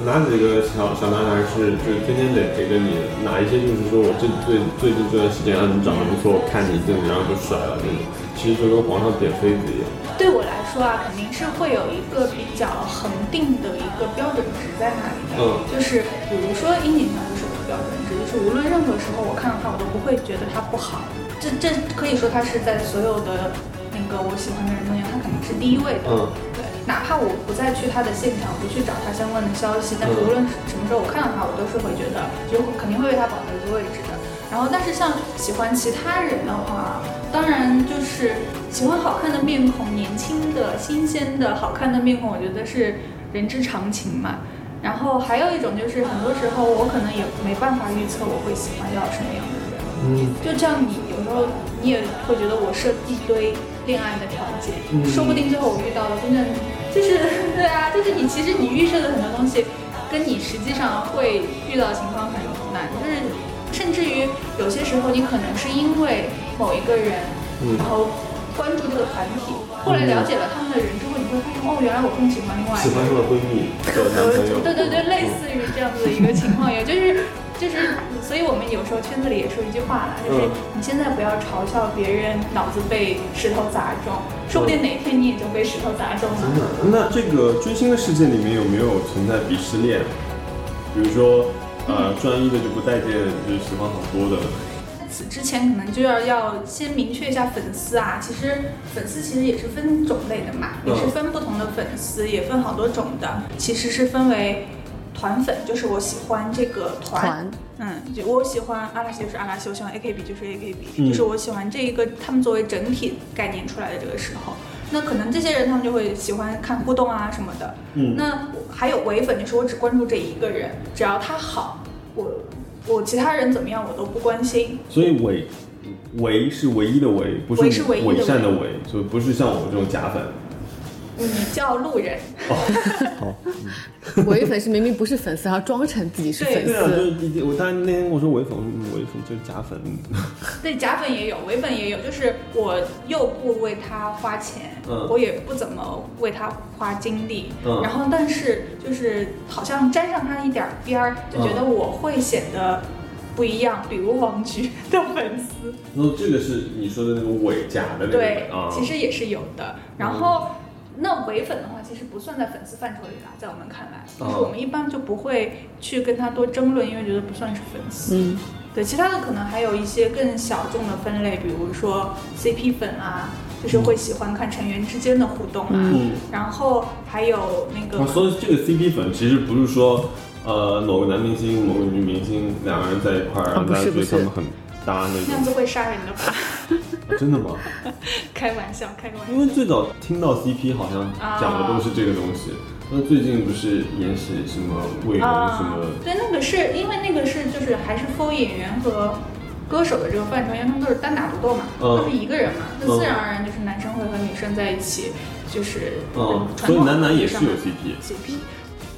S1: 哪几个小小男孩是就是天天得陪着你，哪一些就是说我这最最近这段时间啊你长得不错，我看你一阵子然后就甩了那种，其实就跟皇上点妃子一样。
S3: 对我来说啊，肯定是会有一个比较恒定的一个标准值在那里的。
S1: 嗯
S3: 就是比如说樱井孝就是我的标准值，就是无论任何时候我看到他，我都不会觉得他不好。这这可以说他是在所有的那个我喜欢的人中间，他肯定是第一位的。
S1: 嗯
S3: 对，哪怕我不再去他的现场，不去找他相关的消息，但是无论什么时候我看到他，我都是会觉得，就肯定会为他保留一个位置的。然后，但是像喜欢其他人的话，当然就是喜欢好看的面孔、年轻的、新鲜的、好看的面孔，我觉得是人之常情嘛。然后还有一种就是，很多时候我可能也没办法预测我会喜欢到什么样的人。
S1: 嗯，
S3: 就像你有时候你也会觉得我设一堆恋爱的条件，
S1: 嗯
S3: 说不定最后我遇到的真正就是 <laughs> 对啊，就是你其实你预设的很多东西，跟你实际上会遇到的情况很难，就是甚至于有些时候你可能是因为某一个人，
S1: 嗯
S3: 然后关注这个团体，后来了解了他们的人之后，你会发现哦，原来我更喜欢另外一
S1: 喜
S3: 个
S1: 欢上
S3: 人。
S1: 了闺蜜的男朋友。
S3: <laughs> 对对对，类似于这样子的一个情况，也就是就是，所以我们有时候圈子里也说一句话啦，就是
S1: 嗯
S3: 你现在不要嘲笑别人脑子被石头砸中，说不定哪天你也就被石头砸中
S1: 嗯真
S3: 了。
S1: 的？那这个追星的世界里面有没有存在鄙视链？啊比如说，呃，专一的就不待见，就是喜欢好多的。
S3: 此之前可能就要要先明确一下粉丝啊，其实粉丝其实也是分种类的嘛，
S1: 嗯
S3: 也是分不同的粉丝，也分好多种的，其实是分为团粉，就是我喜欢这个
S4: 团
S3: 嗯，就我喜欢阿拉西就是阿拉西，我喜欢 AKB 就是 AKB，、
S1: 嗯
S3: 就是我喜欢这一个他们作为整体概念出来的这个时候，那可能这些人他们就会喜欢看互动啊什么的。
S1: 嗯
S3: 那还有唯粉，就是我只关注这一个人，只要他好，我我其他人怎么样我都不关心。
S1: 所以伪伪是唯一的伪，不是
S3: 伪是唯一的
S1: 伪
S3: 伪
S1: 善的伪，所以不是像我这种假粉。
S3: 你叫路人， <laughs>
S4: 唯粉是明明不是粉丝，还要装成自己是粉
S1: 对啊，就
S4: 丝。
S1: 是一定我当然那天跟我说伪粉，我说嗯伪粉就是假粉。
S3: 对假粉也有，唯粉也有，就是我又不为他花钱，
S1: 嗯
S3: 我也不怎么为他花精力，
S1: 嗯
S3: 然后但是就是好像沾上他一点儿边儿，就觉得我会显得不一样，比如王菊的粉丝，
S1: 那这个是你说的那个伪假的那个
S3: 对
S1: 伪，啊，嗯
S3: 其实也是有的。然后，那唯粉的话，其实不算在粉丝范畴里啦，在我们看
S1: 啊
S3: 来，就是我们一般就不会去跟他多争论，因为觉得不算是粉丝。
S4: 嗯，
S3: 对，其他的可能还有一些更小众的分类，比如说 CP 粉啊，就是会喜欢看成员之间的互动啊，
S1: 嗯
S3: 然后还有那个
S1: 啊，所以这个 CP 粉其实不是说，呃，某个男明星、某个女明星两个人在一块儿，然
S4: 啊
S1: 后
S4: 不
S1: 大家
S4: 是
S1: 觉
S4: 不
S1: 得
S4: 是
S1: 他们很搭那
S3: 那
S1: 种
S3: 样。子会杀人的吧？ <laughs>
S1: 啊真的吗？
S3: 开玩笑，开个玩
S1: 因
S3: 笑。
S1: 为最早听到 CP 好像讲的都是这个东西。那最近不是延时什么魏荣什
S3: 啊啊
S1: 么，
S3: 对，那个是因为那个是就是还是 for 演员和歌手的这个范畴，因为他们都是单打独斗嘛，
S1: 嗯
S3: 都是一个人嘛，那
S1: 嗯
S3: 自然而然就是男生会和女生在一起，就是
S1: 嗯，
S3: 传
S1: 所以
S3: 统
S1: 男男也
S3: 意义上
S1: 是有
S3: 的
S1: CP。
S3: CP。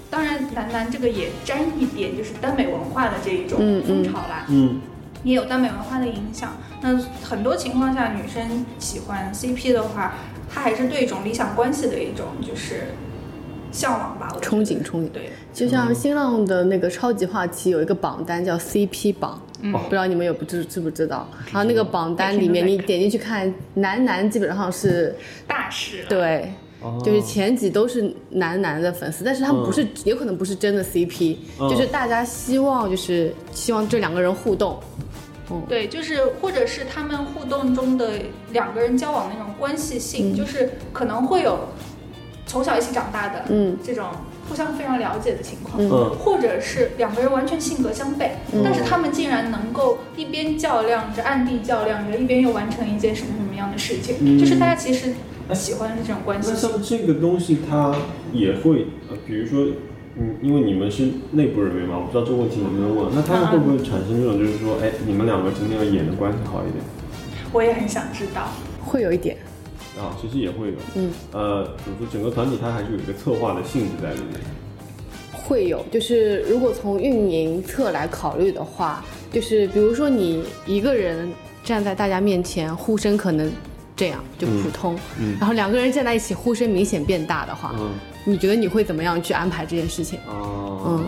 S3: 当然，男男这个也沾一点，就是耽美文化的这一种
S4: 嗯
S3: 风
S4: 嗯
S3: 潮啦，
S1: 嗯，
S3: 也有耽美文化的影响。那很多情况下，女生喜欢 CP 的话，她还是对一种理想关系的一种就是向往吧，我觉得
S4: 憧憬憧憬
S3: 对，
S4: 就像新浪的那个超级话题有一个榜单叫 CP 榜，不知道你们有不知知不知道？然后那个榜单里面
S3: 每
S4: 你
S3: 天都在看
S4: 点进去看，男男基本上是
S3: 大事了。
S4: 对。
S1: 哦
S4: 就是前几都是男男的粉丝，但是他们不是，也可能不是真的 CP，、
S1: 嗯
S4: 就是大家希望就是希望这两个人互动，嗯
S3: 对，就是或者是他们互动中的两个人交往的那种关系性，
S4: 嗯
S3: 就是可能会有从小一起长大的
S4: 嗯
S3: 这种互相非常了解的情况。
S4: 嗯
S1: 嗯，
S3: 或者是两个人完全性格相悖，
S4: 嗯
S3: 但是他们竟然能够一边较量着、暗地较量着，一边又完成一件什么什么样的事情，
S1: 嗯
S3: 就是大家其实喜欢是这种关系
S1: 那。像这个东西，它也会，呃比如说，嗯，因为你们是内部人员嘛，我不知道这个问题能不能
S3: 嗯
S1: 问。那他们会不会产生这种，就是说，哎，你们两个今天要演的关系好一点
S3: 嗯我也很想知道，
S4: 会有一点，
S1: 啊？其实也会有，
S4: 嗯，
S1: 呃，怎么说，整个团体它还是有一个策划的性质在里面。
S4: 会有，就是如果从运营侧来考虑的话，就是比如说你一个人站在大家面前，呼声可能这样就普通，
S1: 嗯嗯
S4: 然后两个人站在一起，呼声明显变大的话，
S1: 嗯
S4: 你觉得你会怎么样去安排这件事情？
S1: 啊，
S4: 嗯，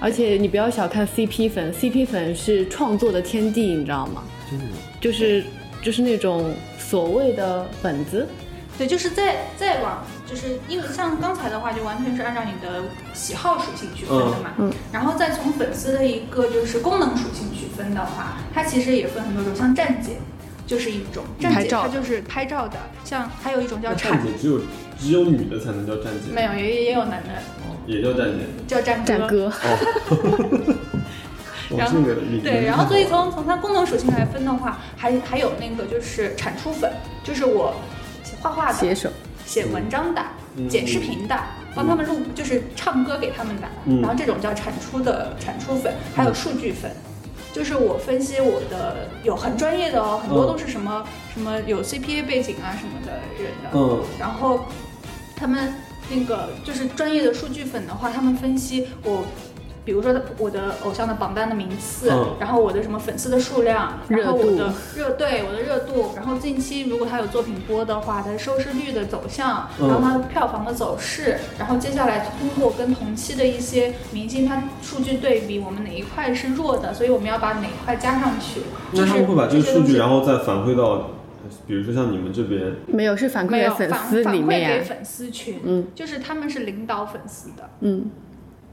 S4: 而且你不要小看 CP 粉，CP 粉是创作的天地，你知道吗？
S1: 真的吗，
S4: 就是就是那种所谓的本子，
S3: 对，就是再再往，就是因为像刚才的话，就完全是按照你的喜好属性去分的嘛，
S4: 嗯嗯
S3: 然后再从粉丝的一个就是功能属性去分的话，它其实也分很多种，像站姐就是一种，站
S4: 拍
S3: 姐
S4: 照
S3: 它就是拍照的，像还有一种叫
S1: 那
S3: 产
S1: 站，姐只有只有女的才能叫站姐，
S3: 没有也也有男的
S1: 也叫站姐。
S3: 叫站哥，
S4: 战歌，
S1: 哦
S3: 然后
S1: 这个理念
S3: 对，然后
S1: 很
S3: 所以
S1: 好
S3: 从从它功能属性来分的话，还还有那个就是产出粉，就是我画画的
S4: 写、手，
S3: 写文章的、
S1: 嗯
S3: 剪视频的，帮他们录就是唱歌给他们的，
S1: 嗯
S3: 然后这种叫产出的产出粉，还有数据粉。就是我分析我的有很专业的哦，很多
S1: 嗯
S3: 都是什么、什么有 CPA 背景啊什么的人的，
S1: 嗯
S3: 然后他们那个就是专业的数据粉的话，他们分析我，比如说我的偶像的榜单的名次，
S1: 嗯
S3: 然后我的什么粉丝的数量，
S4: 热
S3: 然后我
S4: 度
S3: 的热对我的热度，然后近期如果他有作品播的话，它的收视率的走向，
S1: 嗯
S3: 然后它的票房的走势，然后接下来通过跟同期的一些明星他数据对比，我们哪一块是弱的，所以我们要把哪一块加上去。就
S1: 那
S3: 是
S1: 他们会把这
S3: 这
S1: 个
S3: 些
S1: 数
S3: 东
S1: 据，
S3: 西
S1: 然后再反馈到，呃比如说像你们这边，
S4: 没有是反馈
S3: 没
S4: 给
S3: 有
S4: 粉
S3: 反
S4: 丝
S3: 反
S4: 里
S3: 馈
S4: 面
S3: 给
S4: 呀，
S3: 粉丝群，
S4: 嗯
S3: 就是他们是领导粉丝的。
S4: 嗯。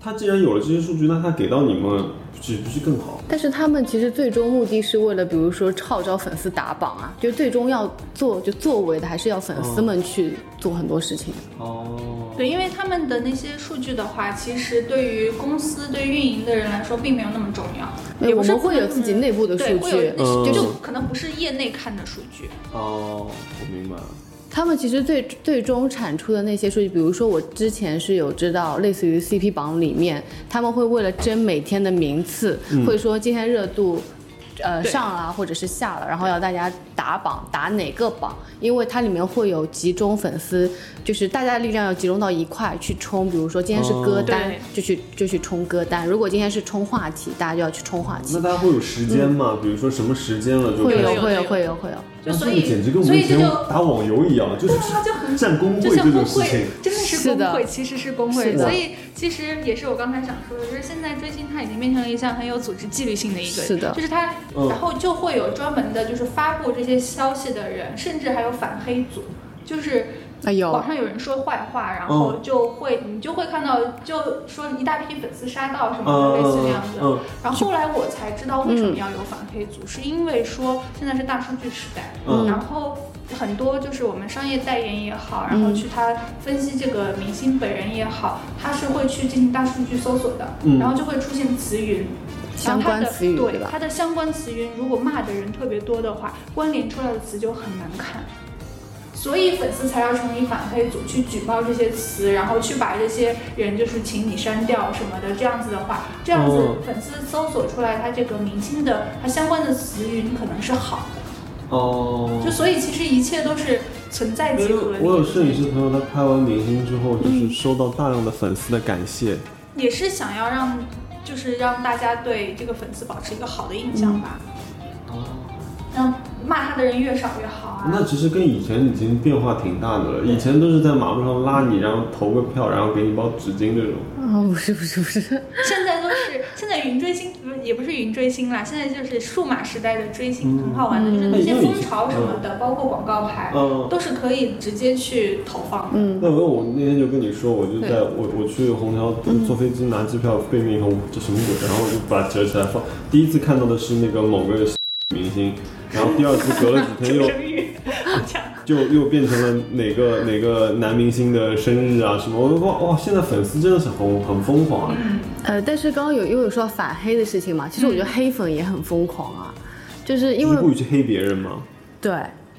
S1: 他既然有了这些数据，那他给到你们岂不是更好？
S4: 但是他们其实最终目的是为了，比如说号召粉丝打榜啊，就最终要做就作为的，还是要粉丝们去做很多事情。
S1: 哦，
S3: 对，因为他们的那些数据的话，其实对于公司、对运营的人来说，并没有那么重要。
S4: 没
S3: 也
S4: 有
S3: 不
S4: 我
S3: 是
S4: 们会有自己内部的
S3: 对
S4: 数
S3: 会有
S4: 据，
S3: 那是
S1: 嗯
S3: 就可能不是业内看的数据。
S1: 哦，我明白了。
S4: 他们其实最最终产出的那些数据，比如说我之前是有知道，类似于 CP 榜里面，他们会为了争每天的名次，会说今天热度。呃，
S3: 对
S4: 上了或者是下了，然后要大家打榜，打哪个榜？因为它里面会有集中粉丝，就是大家的力量要集中到一块去冲。比如说今天是歌单，
S3: 对
S4: 就去就去冲歌单；如果今天是冲话题，大家就要去冲话题
S1: 那。大家会有时间吗？比如说什么时间了就
S4: 会有
S3: 嗯有
S4: 会
S3: 有
S4: 有会有会有，
S3: 就
S1: 那
S3: 所
S1: 这个
S3: 以，
S1: 简直跟我
S3: 所
S1: 们
S3: 以
S1: 以
S3: 这
S1: 前
S3: 就
S1: 打网游一样，就是 <laughs>
S3: 啊，就很
S1: 站工会
S3: 就像
S1: 这
S3: 工
S1: 种事
S3: 会
S1: 情。，
S3: 真的是
S4: 是的
S3: 工会，其实是工
S4: 是
S3: 会。
S4: 的
S3: 所以其实也是我刚才想说的，就是现在追星它已经变成了一项很有组织纪律性的一个，
S4: 是的
S3: 就是它，
S1: 嗯
S3: 然后就会有专门的，就是发布这些消息的人，甚至还有反黑组，就是。
S4: 哎呦，
S3: 网上有人说坏话，然后
S1: 嗯
S3: 就会、你就会看到，就说一大批粉丝杀到什么的，类似这样子。
S1: 嗯嗯嗯
S3: 然后后来我才知道为什么要有反黑组，是因为说现在是大数据时代，
S1: 嗯
S3: 然后很多就是我们商业代言也好，然后
S1: 嗯
S3: 去他分析这个明星本人也好，他是会去进行大数据搜索的，
S1: 嗯
S3: 然后就会出现词云。然
S4: 相
S3: 后它
S4: 关
S3: 的
S4: 词语
S3: 对
S4: 吧
S3: 它？的相关词云，如果骂的人特别多的话，关联出来的词就很难看。所以粉丝才要成立反黑组去举报这些词，然后去把这些人就是请你删掉什么的，这样子的话，这样子
S1: 哦
S3: 粉丝搜索出来他这个明星的他相关的词云可能是好的，
S1: 哦
S3: 就所以其实一切都是存在
S1: 因为
S3: 即合理。
S1: 我有摄影师朋友，他拍完明星之后，
S3: 嗯
S1: 就是收到大量的粉丝的感谢。
S3: 也是想要让就是让大家对这个粉丝保持一个好的印象吧，让骂他的人越少越好啊。
S1: 那其实跟以前已经变化挺大的了，以前都是在马路上拉你，然后投个票，然后给你包纸巾这种。
S4: 啊，不是不是不是，
S3: 现在都是现在云追星，不是也不是云追星啦，现在就是数码时代的追星很好玩的，就是那些风潮什么的，包括广告牌，
S1: 嗯
S3: 都是可以直接去投放的。
S4: 嗯，
S1: 那我我那天就跟你说，我就在
S4: 对嗯
S1: 我我去虹桥坐飞机拿机票，背面以后这什么鬼？然后我就把它折起来放。第一次看到的是那个某个 <laughs> 明星，然后第二次隔了几天又 <laughs> 就又变成了哪个哪个男明星的生日啊什么，我哇哇，现在粉丝真的是很很疯狂啊！
S4: 呃，但是刚刚有又有说到反黑的事情嘛，其实我觉得黑粉也很疯狂啊，就是因
S1: 你
S4: 为
S1: 不许去黑别人吗？
S4: 对，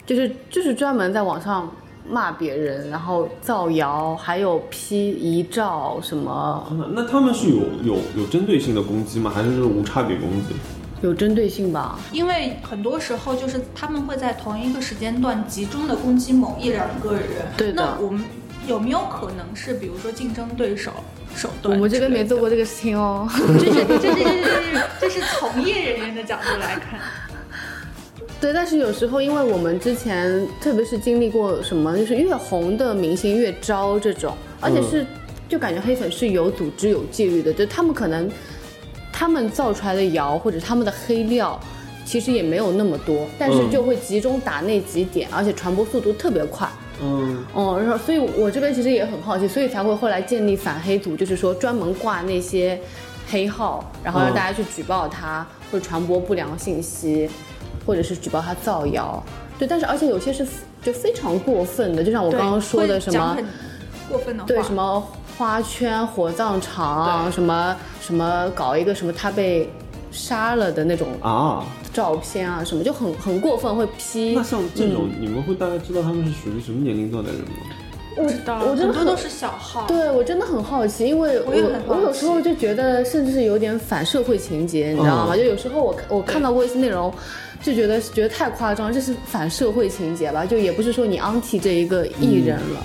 S4: 就是就是专门在网上骂别人，然后造谣，还有批遗照什么，
S1: 啊那那他们是有有有针对性的攻击吗？还是无差别攻击？
S4: 有针对性吧？
S3: 因为很多时候就是他们会在同一个时间段集中的攻击某一两个人。
S4: 对的
S3: 那我们有没有可能是，比如说竞争对手手
S4: 我
S3: 段？
S4: 们这边没做
S3: 过。
S4: 过这个事情哦。
S3: 这是这是这是这是这是从业人员的角度来看，
S4: 对，但是有时候因为我们之前，特别是经历过什么，就是越红的明星越招这种，而且是、就感觉黑粉是有组织、有纪律的，就他们可能他们造出来的谣或者他们的黑料。其实也没有那么多，但是
S1: 嗯
S4: 就会集中打那几点，而且传播速度特别快。
S1: 嗯，
S4: 哦，然后所以我这边其实也很好奇，所以才会后来建立反黑组，就是说专门挂那些黑号，然后让
S1: 嗯
S4: 大家去举报他，或者传播不良信息，或者是举报他造谣。对，但是而且有些是就非常过分的，就像 <laughs> 我
S3: 我
S4: 刚刚说的什么，
S3: 过分的话，
S4: 对什么花圈、火葬场，什么什么搞一个什么他被杀了的那种
S1: 啊，
S4: 照片啊，什么就很很过分，会批
S1: 那。像这种、你们会大概知道他们是属于什么年龄段的人吗？
S4: 我
S3: 知道，
S4: 我真
S3: 很
S4: 的
S3: 多都是小号，
S4: 对我真的很好奇，因为我
S3: 我也很好
S4: 我有时候
S3: 奇
S4: 就觉得甚至是有点反社会情节，你知道吗？
S1: 嗯
S4: 就有时候我我看到过一些内容，就觉得觉得太夸张，这是反社会情节吧？就也不是说你 anti 这一个艺人了，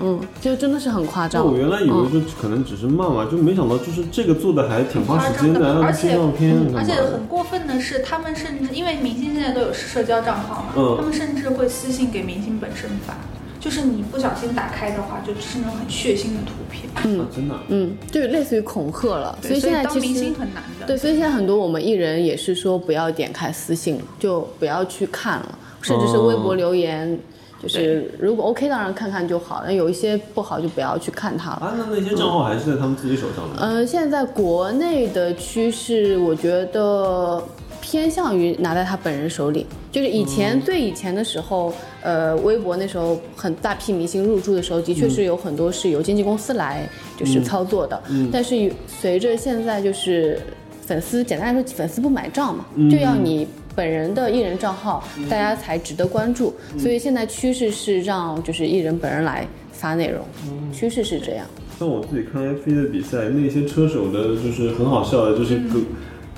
S4: 嗯就真的是很夸
S1: 那
S4: 张。
S1: 我原来以为就
S4: 嗯
S1: 可能只是骂骂，就没想到就是这个做的还挺花时间的，
S3: 很
S1: 还要
S3: 夸张的
S1: 去上片啊干嘛
S3: 嗯而且
S1: 的
S3: 很过分的是，他们甚至因为明星现在都有社交账号嘛，
S1: 嗯
S3: 他们甚至会私信给明星本身发，就是你不小心打开的话，就是那种很血腥的图片，
S1: 啊真的啊、
S4: 嗯，就类似于恐吓了，
S3: 对
S4: 所以现在
S3: 当
S4: 其
S3: 明
S4: 实
S3: 星。很难的，
S4: 对，所以现在很多我们艺人也是说不要点开私信了，就不要去看了，甚至是微
S1: 哦
S4: 博留言，就是如果 OK 当然看看就好，那有一些不好就不要去看它了。
S1: 啊，那那些账号还是在他们自己手上的。
S4: 呃，现在国内的趋势，我觉得偏向于拿在他本人手里。就是以前、最以前的时候，呃，微博那时候很大批明星入驻的时候，的确是有很多是由经纪公司来就是操作的。但是随着现在就是粉丝，简单来说，粉丝不买账嘛，嗯就要你。本人的艺人账号，大家才值得关注。所以现在趋势是让就是艺人本人来发内容，趋势是这样。
S1: 像我自己看 F 1的比赛，那些车手的就是很好笑的，就是
S3: 嗯
S1: 个、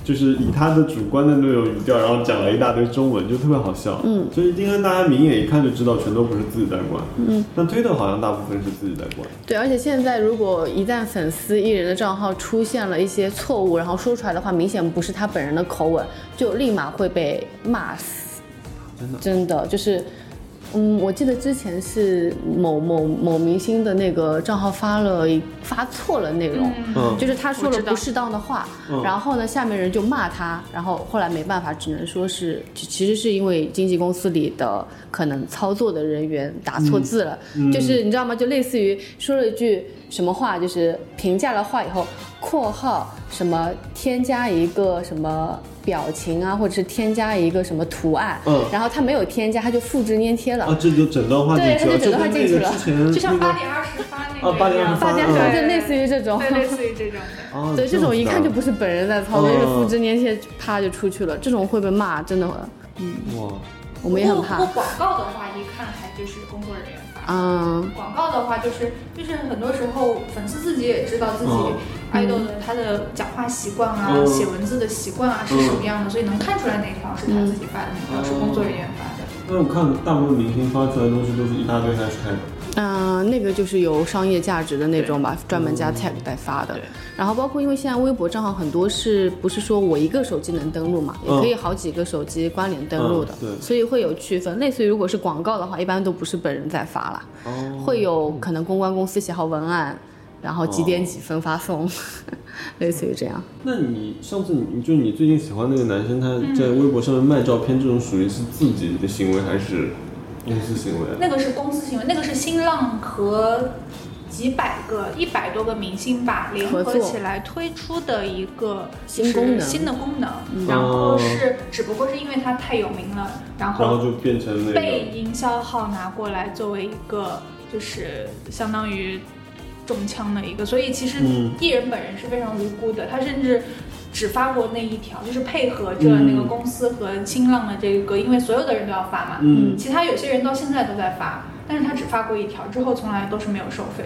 S1: 就是以他的主观的那种语调，然后讲了一大堆中文，就特别好笑。嗯，所以今天大家明眼一看就知道，全都不是自己在管。嗯，但推特好像大部分是自己在管。
S4: 对，而且现在如果一旦粉丝艺人的账号出现了一些错误，然后说出来的话明显不是他本人的口吻，就立马会被骂死。
S1: 啊真的
S4: 真的就是，嗯，我记得之前是某某某明星的那个账号发了一发错了内容。
S1: 嗯
S4: 就是他说
S3: 我
S4: 了
S3: 知道
S4: 不适当的话，
S1: 嗯
S4: 然后呢，下面人就骂他，然后后来没办法，只能说是其其实是因为经纪公司里的可能操作的人员打错字了，就是你知道吗？就类似于说了一句什么话，就是评价了话以后，括号什么添加一个什么。表情啊，或者是添加一个什么图案，
S1: 嗯
S4: 然后他没有添加，他就复制粘贴了，
S1: 啊，这就整段话进去了，
S4: 对他就整段话
S1: 跟那
S4: 进去
S1: 个
S4: 了
S1: 之前
S7: 就像
S1: 那
S7: 八
S1: 个
S7: 点二十发那
S1: 啊
S7: 个一
S1: 8:28
S7: 样，
S4: 大家
S1: 嗯
S4: 说就类似于这种，
S7: 对，类似于这种的。
S1: 啊，
S4: 对，这
S1: 样
S4: 种
S1: 子
S4: 一看
S1: 的
S4: 就不是本人在操作，就是
S1: 嗯
S4: 复制粘贴，啪就出去了。这种会被骂，真的，
S1: 哇，
S4: <laughs> 我们也很
S3: 不
S4: 怕
S3: 过。广告的话，一看还就是工作人员发。
S4: 嗯，
S3: 广告的话，就是就是很多时候粉丝自己也知道自己
S1: 嗯
S3: 爱豆的他的讲话习惯啊、
S1: 嗯
S3: 写文字的习惯啊是什么样的，所以能看出来哪条是
S4: 嗯
S3: 他自己发的，哪条是工作人员发的。
S1: 但是我看大部分明星发出来的东西都是一大堆 hashtag，
S4: 嗯、那个就是有商业价值的那种吧，专门加 tag 在发的。然后包括因为现在微博账号很多是不是说我一个手机能登录嘛，也
S1: 嗯
S4: 可以好几个手机关联登录的，
S1: 嗯对
S4: 所以会有区分。类似于如果是广告的话，一般都不是本人在发啦，会有可能公关公司写好文案，然后几点几分发送， <laughs> 类似于这样。
S1: 那你上次你就你最近喜欢那个男生，他
S4: 嗯
S1: 在微博上面卖照片，这种属于是自己的行为还是公司行为？
S3: 那个是公司行为，那个是新浪和几百个、一百多个明星吧联
S4: 合
S3: 合
S4: 作
S3: 起来推出的一个
S4: 新
S3: 是
S4: 功能嗯
S3: 新的功能，然后是只不过是因为它太有名了，然
S1: 哦然后
S3: 后
S1: 就变成那
S3: 被
S1: 个
S3: 营销号拿过来作为一个就是相当于中枪的一个，所以其实
S1: 嗯
S3: 艺人本人是非常无辜的，他甚至。只发过那一条，就是配合着那个
S1: 嗯
S3: 公司和新浪的这个，因为所有的人都要发嘛，
S1: 嗯
S3: 其他有些人到现在都在发，但是他只发过一条，之后从来都是没有收费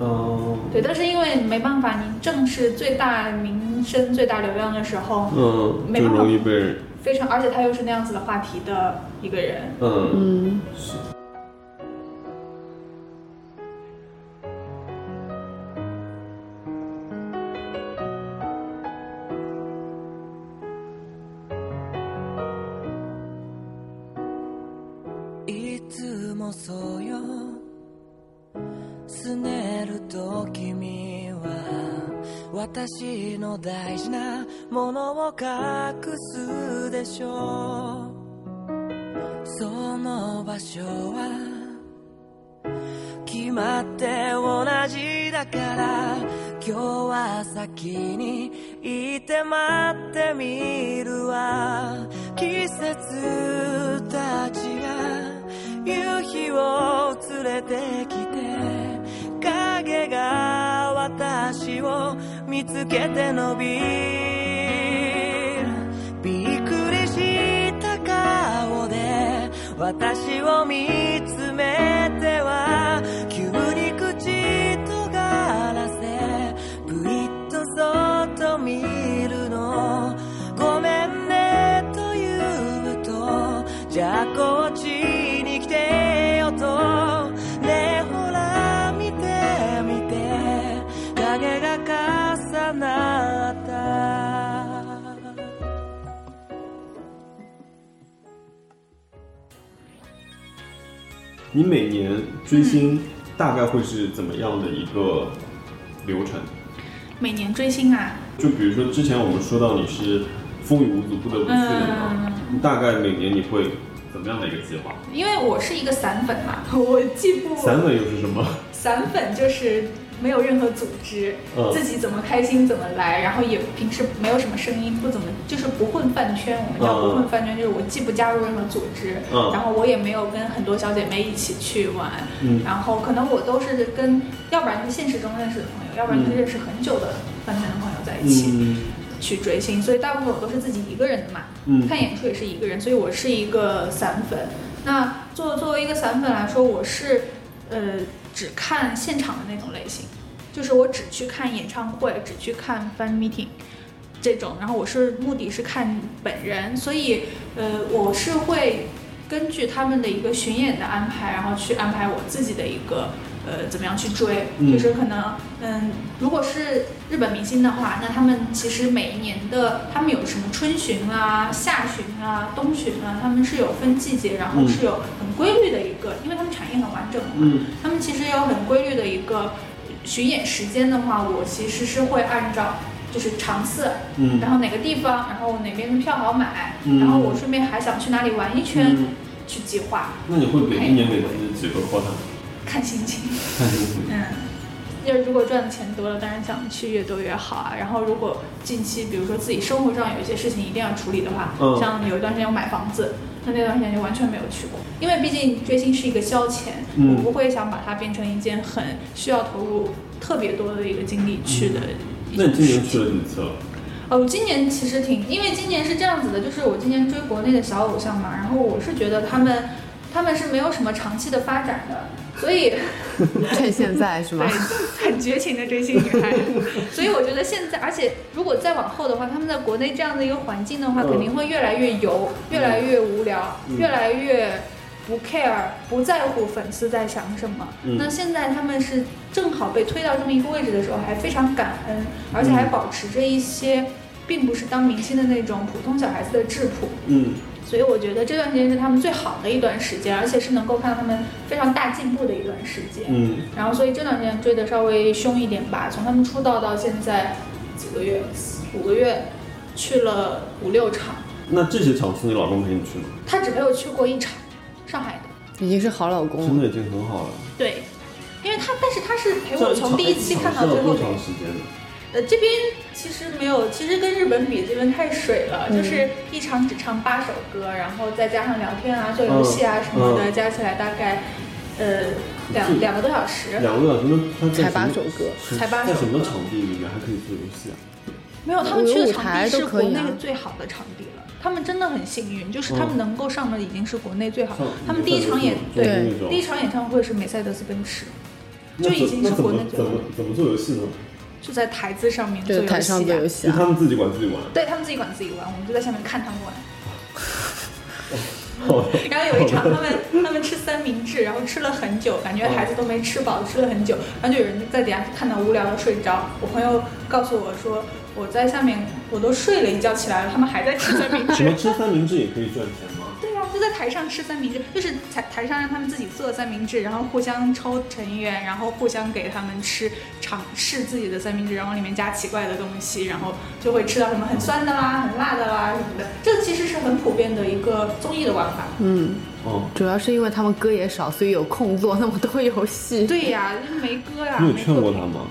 S3: 的。
S1: 哦
S3: 对，但是因为没办法，你正是最大名声、最大流量的时候，
S1: 嗯，
S3: 没
S1: 就
S3: 办法
S1: 容易被人
S3: 非常，而且他又是那样子的话题的一个人，
S1: 嗯
S4: 嗯，
S2: いつもそうよすねると君は私の大事なものを隠すでしょうその場所は決まって同じだから今日は先に行って待ってみるわ季節たちが夕日を連れてきて影が私を見つけて伸びるびっくりした顔で私を見つめては急に口尖らせぷいっとそっと見るのごめんねと言うとじゃあこっちに来てよとねえほら見て見て影が重なった
S1: 你每年追
S4: 嗯
S1: 星大概会是怎么样的一个流程？
S3: 每年追星啊，
S1: 就比如说之前我们说到你是风雨无阻不得不去的
S3: 嗯
S1: 嘛，你大概每年你会怎么样的一个计划？
S3: 因为我是一个散粉
S1: <laughs>
S3: 嘛，我既不
S1: 散粉又是
S3: <laughs>
S1: 什么？
S3: 散粉就是没有任何组织，
S1: 嗯
S3: 自己怎么开心怎么来，然后也平时没有什么声音，不怎么就是不混饭圈，我们叫
S1: 嗯
S3: 不混饭圈，就是我既不加入任何组织，
S1: 嗯
S3: 然后我也没有跟很多小姐妹一起去玩，
S1: 嗯
S3: 然后可能我都是跟，要不然是现实中认识的朋友，要不然就是认识很久的饭圈的朋友在一起。
S1: 嗯
S3: 去追星，所以大部分我都是自己一个人的嘛。
S1: 嗯
S3: 看演出也是一个人，所以我是一个散粉。那作作为一个散粉来说，我是呃只看现场的那种类型，就是我只去看演唱会，只去看 fan meeting 这种。然后我是目的是看本人，所以呃我是会根据他们的一个巡演的安排，然后去安排我自己的一个呃怎么样去追，
S1: 嗯
S3: 就是可能嗯，如果是日本明星的话，那他们其实每一年的他们有什么春巡啊、夏巡啊、冬巡啊，他们是有分季节，然后
S1: 嗯
S3: 是有很规律的一个，因为他们产业很完整嘛，
S1: 嗯
S3: 他们其实有很规律的一个巡演时间的话，我其实是会按照就是场次，
S1: 嗯
S3: 然后哪个地方，然后哪边的票好买，
S1: 嗯
S3: 然后我顺便还想去哪里玩一圈，
S1: 嗯
S3: 去计划，
S1: 那你会给一年给自己几个
S3: <laughs>
S1: quota？
S3: 看心情。
S1: 看心情。
S3: 嗯，就是如果赚的钱多了，当然想去越多越好啊。然后如果近期比如说自己生活上有一些事情一定要处理的话，
S1: 嗯
S3: 像有一段时间我买房子，那那段时间就完全没有去过，因为毕竟追星是一个消遣，
S1: 嗯
S3: 我不会想把它变成一件很需要投入特别多的一个精力去的
S1: 嗯
S3: 一
S1: 那
S3: 种
S1: 你今
S3: 事
S1: 年
S3: 情。
S1: 去了几次了？
S3: 哦，今年其实挺，因为今年是这样子的，就是我今年追国内的小偶像嘛，然后我是觉得他们他们是没有什么长期的发展的，所以。
S4: 趁现在是
S1: <laughs>
S4: 吗？
S3: 对，很绝情的追星女孩。所以我觉得现在，而且如果再往后的话，他们在国内这样的一个环境的话，
S1: 嗯
S3: 肯定会越来越油，越来越无聊，
S1: 嗯
S3: 越来越不 care，不在乎粉丝在想什么。
S1: 嗯
S3: 那现在他们是正好被推到这么一个位置的时候，还非常感恩，而且还
S1: 嗯
S3: 保持着一些。并不是当明星的那种普通小孩子的质朴，
S1: 嗯
S3: 所以我觉得这段时间是他们最好的一段时间，而且是能够看到他们非常大进步的一段时间。
S1: 嗯，
S3: 然后所以这两年追的稍微凶一点吧，从他们出道到现在几个月，五个月，去了五六场，
S1: 那这些场次你老公陪你去吗？
S3: 他只陪我去过一场，上海的，
S4: 已经是好老公
S1: 真
S4: 了。
S1: 的已经很好了。
S3: 对。因为他，但是他是陪
S1: 这
S3: 哎我
S1: 场
S3: 从第一期看到最
S1: 这场
S3: 后
S1: 多
S3: 的。
S1: 长时间呢？
S3: 呃，这边其实没有，其实跟日本比，这边太水了，就是一场只唱八首歌，然后再加上聊天啊、做游戏啊什么的，加起来大概呃两两个多小时。
S1: 两个小时，那他在
S4: 才
S1: 什
S4: 八
S1: 么
S4: 首歌
S1: 是
S3: 才八
S1: 在
S3: 首
S1: 什么
S3: 歌
S1: 场地里面还可以做游戏啊？
S3: 没有，他们去
S4: 有
S3: 的
S4: 舞
S3: 场
S4: 台
S3: 地
S4: 都
S3: 是
S4: 可
S3: 国
S4: 以
S3: 内
S4: 啊
S3: 最好的场地了。他们真的很幸运，就是他
S1: 嗯
S3: 们能够上的已经是国内最好。
S1: 像
S3: 他们第一场演
S1: 就
S3: 对
S1: 是那种
S3: 第一场演唱会是梅赛德斯奔驰，
S1: 那
S3: 就
S1: 怎
S3: 已经是
S1: 那怎
S3: 国
S1: 么
S3: 内最
S1: 怎
S3: 好
S1: 么
S3: 的，
S1: 怎么做游戏呢？
S3: 就在台子上面做
S4: 对，
S3: 游戏、啊。
S4: 台上做游戏
S1: 就
S4: 啊
S1: 他，们自己管自己玩。
S3: 对他们自己管自己玩，我们就在下面看他们玩。嗯
S1: 好的
S3: 然后有一场他们他们吃三明治，然后吃了很久，感觉孩子都没吃饱，吃了很久，然后就有人在底下看到无聊了睡着。我朋友告诉我说，我在下面我都睡了一觉起来了，他们还在吃三明
S1: 什么
S3: 治。
S1: 吃三明治也可以赚钱吗？
S3: 对啊，就在台上吃三明治，就是台台上让他们自己做三明治，然后互相抽成员，然后互相给他们吃尝试自己的三明治，然后里面加奇怪的东西，然后就会吃到什么很酸的啦、很辣的啦什么的。这其实是很普遍的一个综艺的玩法。
S4: 嗯，
S1: 哦，
S4: 主要是因为他们歌也少，所以有空做那么多游戏。
S3: 对呀、就没歌呀、
S1: 你有
S3: 没
S1: 劝
S3: 歌
S1: 过他吗？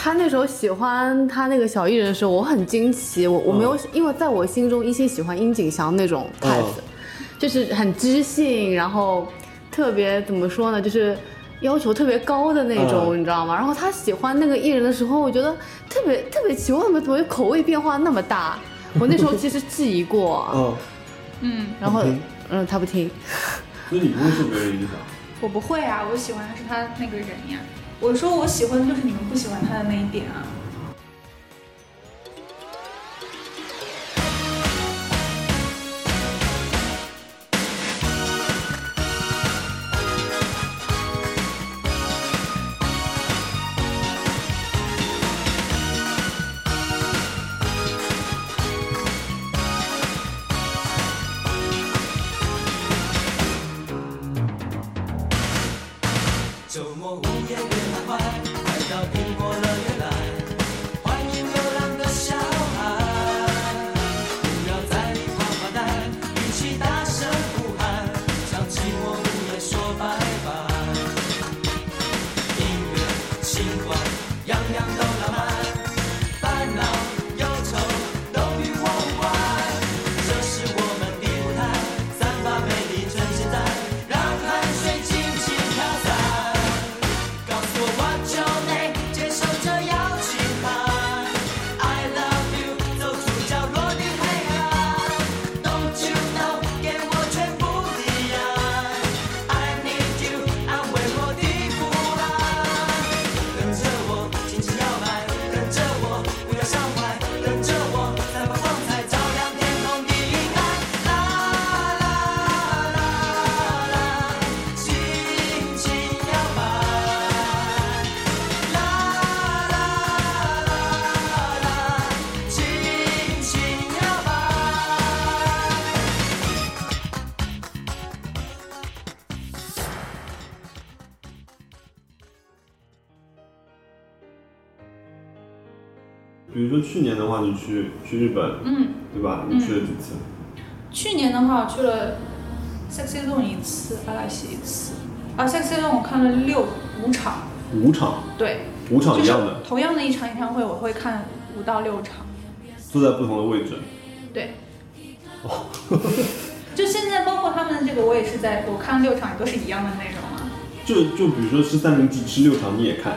S4: 他那时候喜欢他那个小艺人的时候，我很惊奇，我我没
S1: 嗯
S4: 有，因为在我心中一心喜欢殷景祥那种
S1: 哦
S4: type，、就是
S1: 嗯
S4: 很知性，然后特别怎么说呢，就是要求特别高的那种，
S1: 嗯
S4: 你知道吗？然后他喜欢那个艺人的时候，我觉得特别特别奇怪，怎么怎么口味变化那么大？我那时候其实质疑过，
S1: <laughs> 哦，
S4: 然后
S1: 他不听
S4: 嗯，他不听，
S1: 所以你不会受别人影响。
S3: 我不会啊，我喜欢的是他那个人呀。我说我喜欢的就是你们不喜欢他的那一点啊。
S2: 周末午夜别太快，来到苹果乐园来，欢迎流浪的小孩。不要在里发发呆，一起大声呼喊，向寂寞午夜说拜拜。音乐、星光，样样都浪漫，烦恼、忧愁都与我无关。这是我们的舞台，散发美丽趁现在，让汗水尽情飘散。告诉我 What's your name，接受这邀请函。I love you，走出角落的黑暗。Don't you know，给我全部的爱。I need you，安慰我的不安。跟着我，尽情摇摆，跟着我，不要伤怀，跟着我，散发光彩，照亮天空的云海。啦啦啦啦，尽情摇摆。啦啦啦啦，尽情摇摆。
S1: 比如说去年的话，你去去日本，
S3: 嗯，
S1: 对吧？你去了几次？
S3: 去年的话，我去了 Sexy Zone 一次，阿拉西一次。啊，Sexy Zone 我看了六五场，
S1: 五场，
S3: 对，
S1: 五场哦
S3: 就
S1: 一
S3: 是
S1: 样的，
S3: 同样的一场演唱会，我会看五到六场。
S1: 坐在不同的位置。
S3: 对。
S1: 哦
S3: <laughs> 就现在，包括他们这个，我也是在我看六场也都是一样的内容啊。
S1: 就就比如说吃三明治吃六场你也看，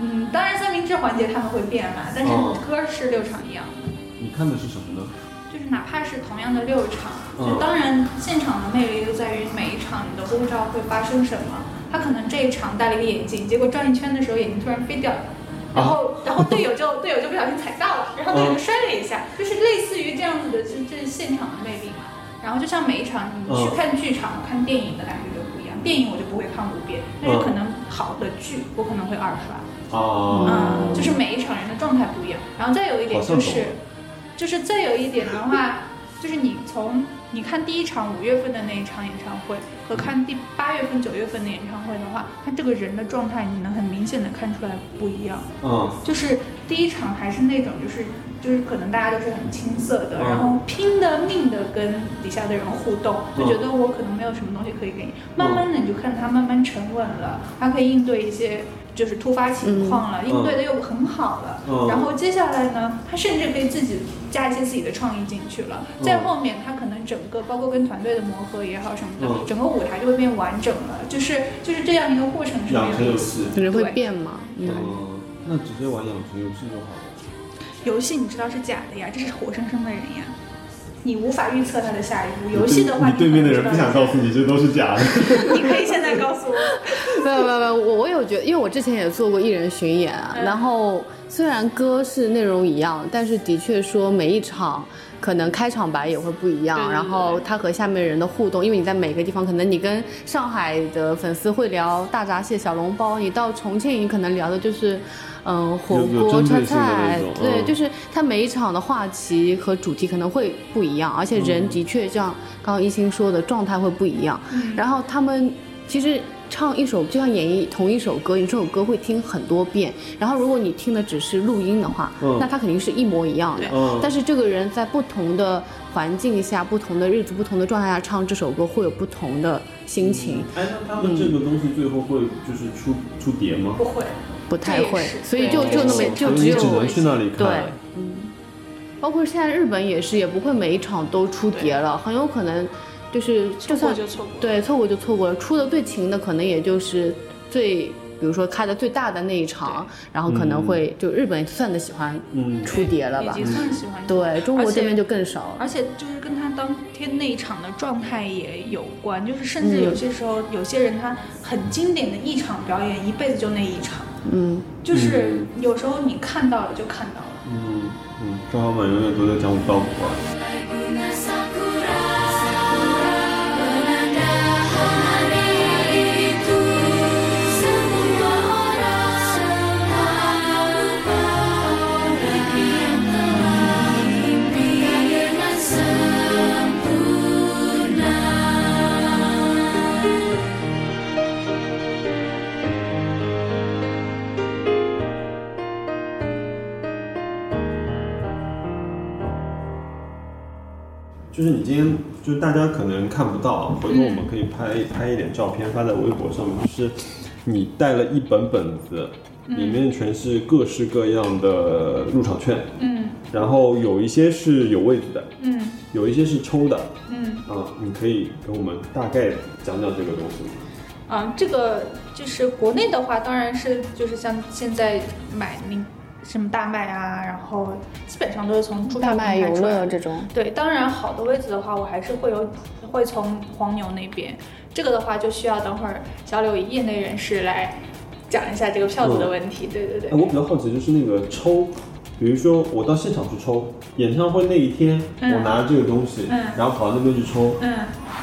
S3: 嗯，当然三明治环节他们会变嘛，但是
S1: 哦
S3: 歌是六场一样的。
S1: 你看的是什么呢？
S3: 就是哪怕是同样的六场，
S1: 嗯
S3: 就当然现场的魅力就在于每一场你都不知道会发生什么。他可能这一场戴了一个眼镜，结果转一圈的时候眼镜突然飞掉了，
S1: 啊
S3: 然后、然后队友就队友就不小心踩到了，然后队
S1: 嗯
S3: 友就摔了一下，就是类似于这样子的，就是这是现场的魅力嘛。然后就像每一场你去
S1: 嗯
S3: 看剧场、看电影的感觉就不一样，电影我就不会看五遍，但是
S1: 嗯
S3: 可能好的剧我可能会二刷。
S1: 啊
S3: 嗯，，就是每一场人的状态不一样。然后再有一点
S1: 好像
S3: 就
S1: 懂
S3: 是
S1: 了，
S3: 就是再有一点的话，就是你从你看第一场五月份的那一场演唱会和看第八月份、九月份的演唱会的话，他这个人的状态你能很明显的看出来不一样。
S1: 嗯
S3: 就是第一场还是那种就是就是可能大家都是很青涩的，
S1: 嗯
S3: 然后拼了命的跟底下的人互动，就
S1: 嗯
S3: 觉得我可能没有什么东西可以给你。慢慢的你就看他慢慢沉稳了，他可以应对一些就是突发情况了，应对的又很好了。
S1: 嗯
S3: 然后接下来呢，他甚至可以自己加一些自己的创意进去了。
S1: 嗯
S3: 再后面他可能整个包括跟团队的磨合也好什么的，
S1: 嗯
S3: 整个舞台就会变完整了。就是就是这样一个过程是
S1: 啊养
S3: 很
S1: 成
S3: 有
S1: 游
S3: 意思的。
S1: 戏，
S4: 人会
S3: 对
S4: 变嘛？嗯，
S1: 嗯，那直接玩养成游戏就好了。
S3: 游戏你知道是假的呀，这是活生生的人呀，你无法预测他的下一步。游戏的话，
S1: 你对面的人
S3: 可
S1: 不
S3: 能知道
S1: 想告诉你，这都是假的。
S3: 你可以现在告诉我。
S4: <laughs> 没有没有没有，我我有觉得，因为我之前也做过艺人巡演啊，
S3: 嗯
S4: 然后虽然歌是内容一样，但是的确说每一场可能开场白也会不一样，
S3: 对对对
S4: 然后他和下面人的互动，因为你在每个地方，可能你跟上海的粉丝会聊大闸蟹、小笼包，你到重庆你可能聊的就是。嗯，火
S1: 有有
S4: 锅、
S1: 针
S4: 川
S1: 对性的
S4: 菜
S1: 那种，
S4: 对，
S1: 嗯
S4: 就是它每一场的话题和主题可能会不一样，而且人的确像刚刚一心说的，状态会不一样。
S1: 嗯
S4: 然后他们其实唱一首，就像演绎同一首歌，你这首歌会听很多遍。然后如果你听的只是录音的话，
S1: 嗯
S4: 那它肯定是一模一样的
S3: 对。
S1: 嗯
S4: 但是这个人在不同的环境下、不同的日子、不同的状态下唱这首歌，会有不同的心情，
S3: 嗯
S1: 哎，那他们这个东西最后会就是出出碟吗？
S3: 不会，
S4: 不太
S3: 这
S4: 会
S3: 也是。
S4: 所以就
S3: 对
S4: 就那
S3: 这
S4: 么
S3: 也是
S4: 就
S1: 所以
S4: 只
S1: 你
S4: 有
S1: 只能去那里看。
S4: 对，嗯，包括现在日本也是，也不会每一场都出碟了，很有可能就是就
S3: 错过
S4: 算
S3: 就错过。
S4: 对，错过就错过了。出的最勤的可能也就是最，比如说开的最大的那一场，然后可能会、就日本算得喜欢
S1: 嗯，
S4: 出碟了
S3: 嗯已
S4: 吧？
S3: 经算喜欢你了。
S4: 对中国这边就更少了。
S3: 而且就是跟他当天那一场的状态也有关，就是甚至有些时候，有些人他很经典的一场表演，一辈子就那一场，
S4: 嗯，
S3: 就是有时候你看到了就看到了。
S1: 嗯嗯，正好满永远都在讲武道舞啊。就是你今天，就是大家可能看不到，啊回头我们可以拍、
S4: 嗯
S1: 拍一点照片发在微博上面。就是你带了一本本子，里面全是各式各样的入场券，
S3: 嗯
S1: 然后有一些是有位置的，
S3: 嗯
S1: 有一些是抽的。
S3: 嗯，
S1: 啊，你可以给我们大概讲讲这个东西吗？
S3: 啊，这个就是国内的话，当然是就是像现在买那什么大麦啊，然后基本上都是从猪
S4: 大
S3: 票
S4: 麦
S3: 平台
S4: 游
S3: 出来的
S4: 乐这种，
S3: 对，当然好的位置的话，我还是会有会从黄牛那边。这个的话，就需要等会儿小柳以业内人士来讲一下这个票子的问题。对对
S1: 哎，
S3: 对，
S1: 我比较好奇就是那个抽，比如说我到现场去抽，演唱会那一天，
S3: 嗯
S1: 我拿这个东西，
S3: 嗯
S1: 然后跑到那边去抽，
S3: 嗯，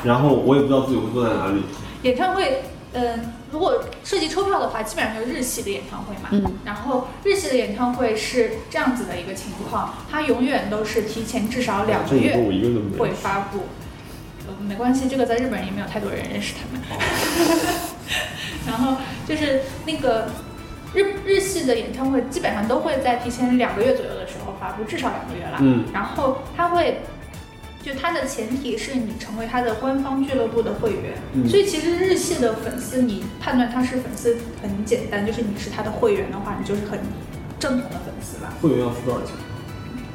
S1: 然后我也不知道自己会坐在哪里。
S3: 演唱会，嗯、如果涉及抽票的话，基本上就是日系的演唱会嘛。
S4: 嗯。
S3: 然后日系的演唱会是这样子的一个情况，它永远都是提前至少哦两个
S1: 这个
S3: 月
S1: 我一个人都没有
S3: 会。发布。呃没关系，这个在日本也没有太多人认识他们。 <laughs> 然后就是那个日日系的演唱会，基本上都会在提前两个月左右的时候发布，至少两个月啦。
S1: 嗯
S3: 然后它会，就它的前提是你成为它的官方俱乐部的会员，
S1: 嗯
S3: 所以其实日系的粉丝，你判断他是粉丝很简单，就是你是他的会员的话，你就是很正统的粉丝了。
S1: 会员要付多少钱？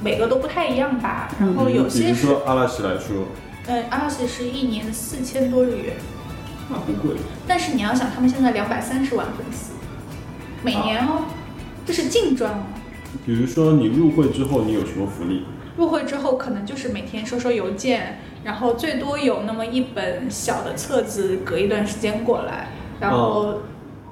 S3: 每个都不太一样吧，然后
S1: 嗯
S3: 哦有
S1: 比
S3: 些
S1: 如
S3: 是，
S1: 说阿拉什来说，
S3: 嗯，阿拉西是一年四千多日元，嗯
S1: 那不贵。
S3: 但是你要想，他们现在两百三十万粉丝，每年哦，这是净赚哦。
S1: 比如说你入会之后，你有什么福利？
S3: 入会之后，可能就是每天收收邮件，然后最多有那么一本小的册子，隔一段时间过来。然后，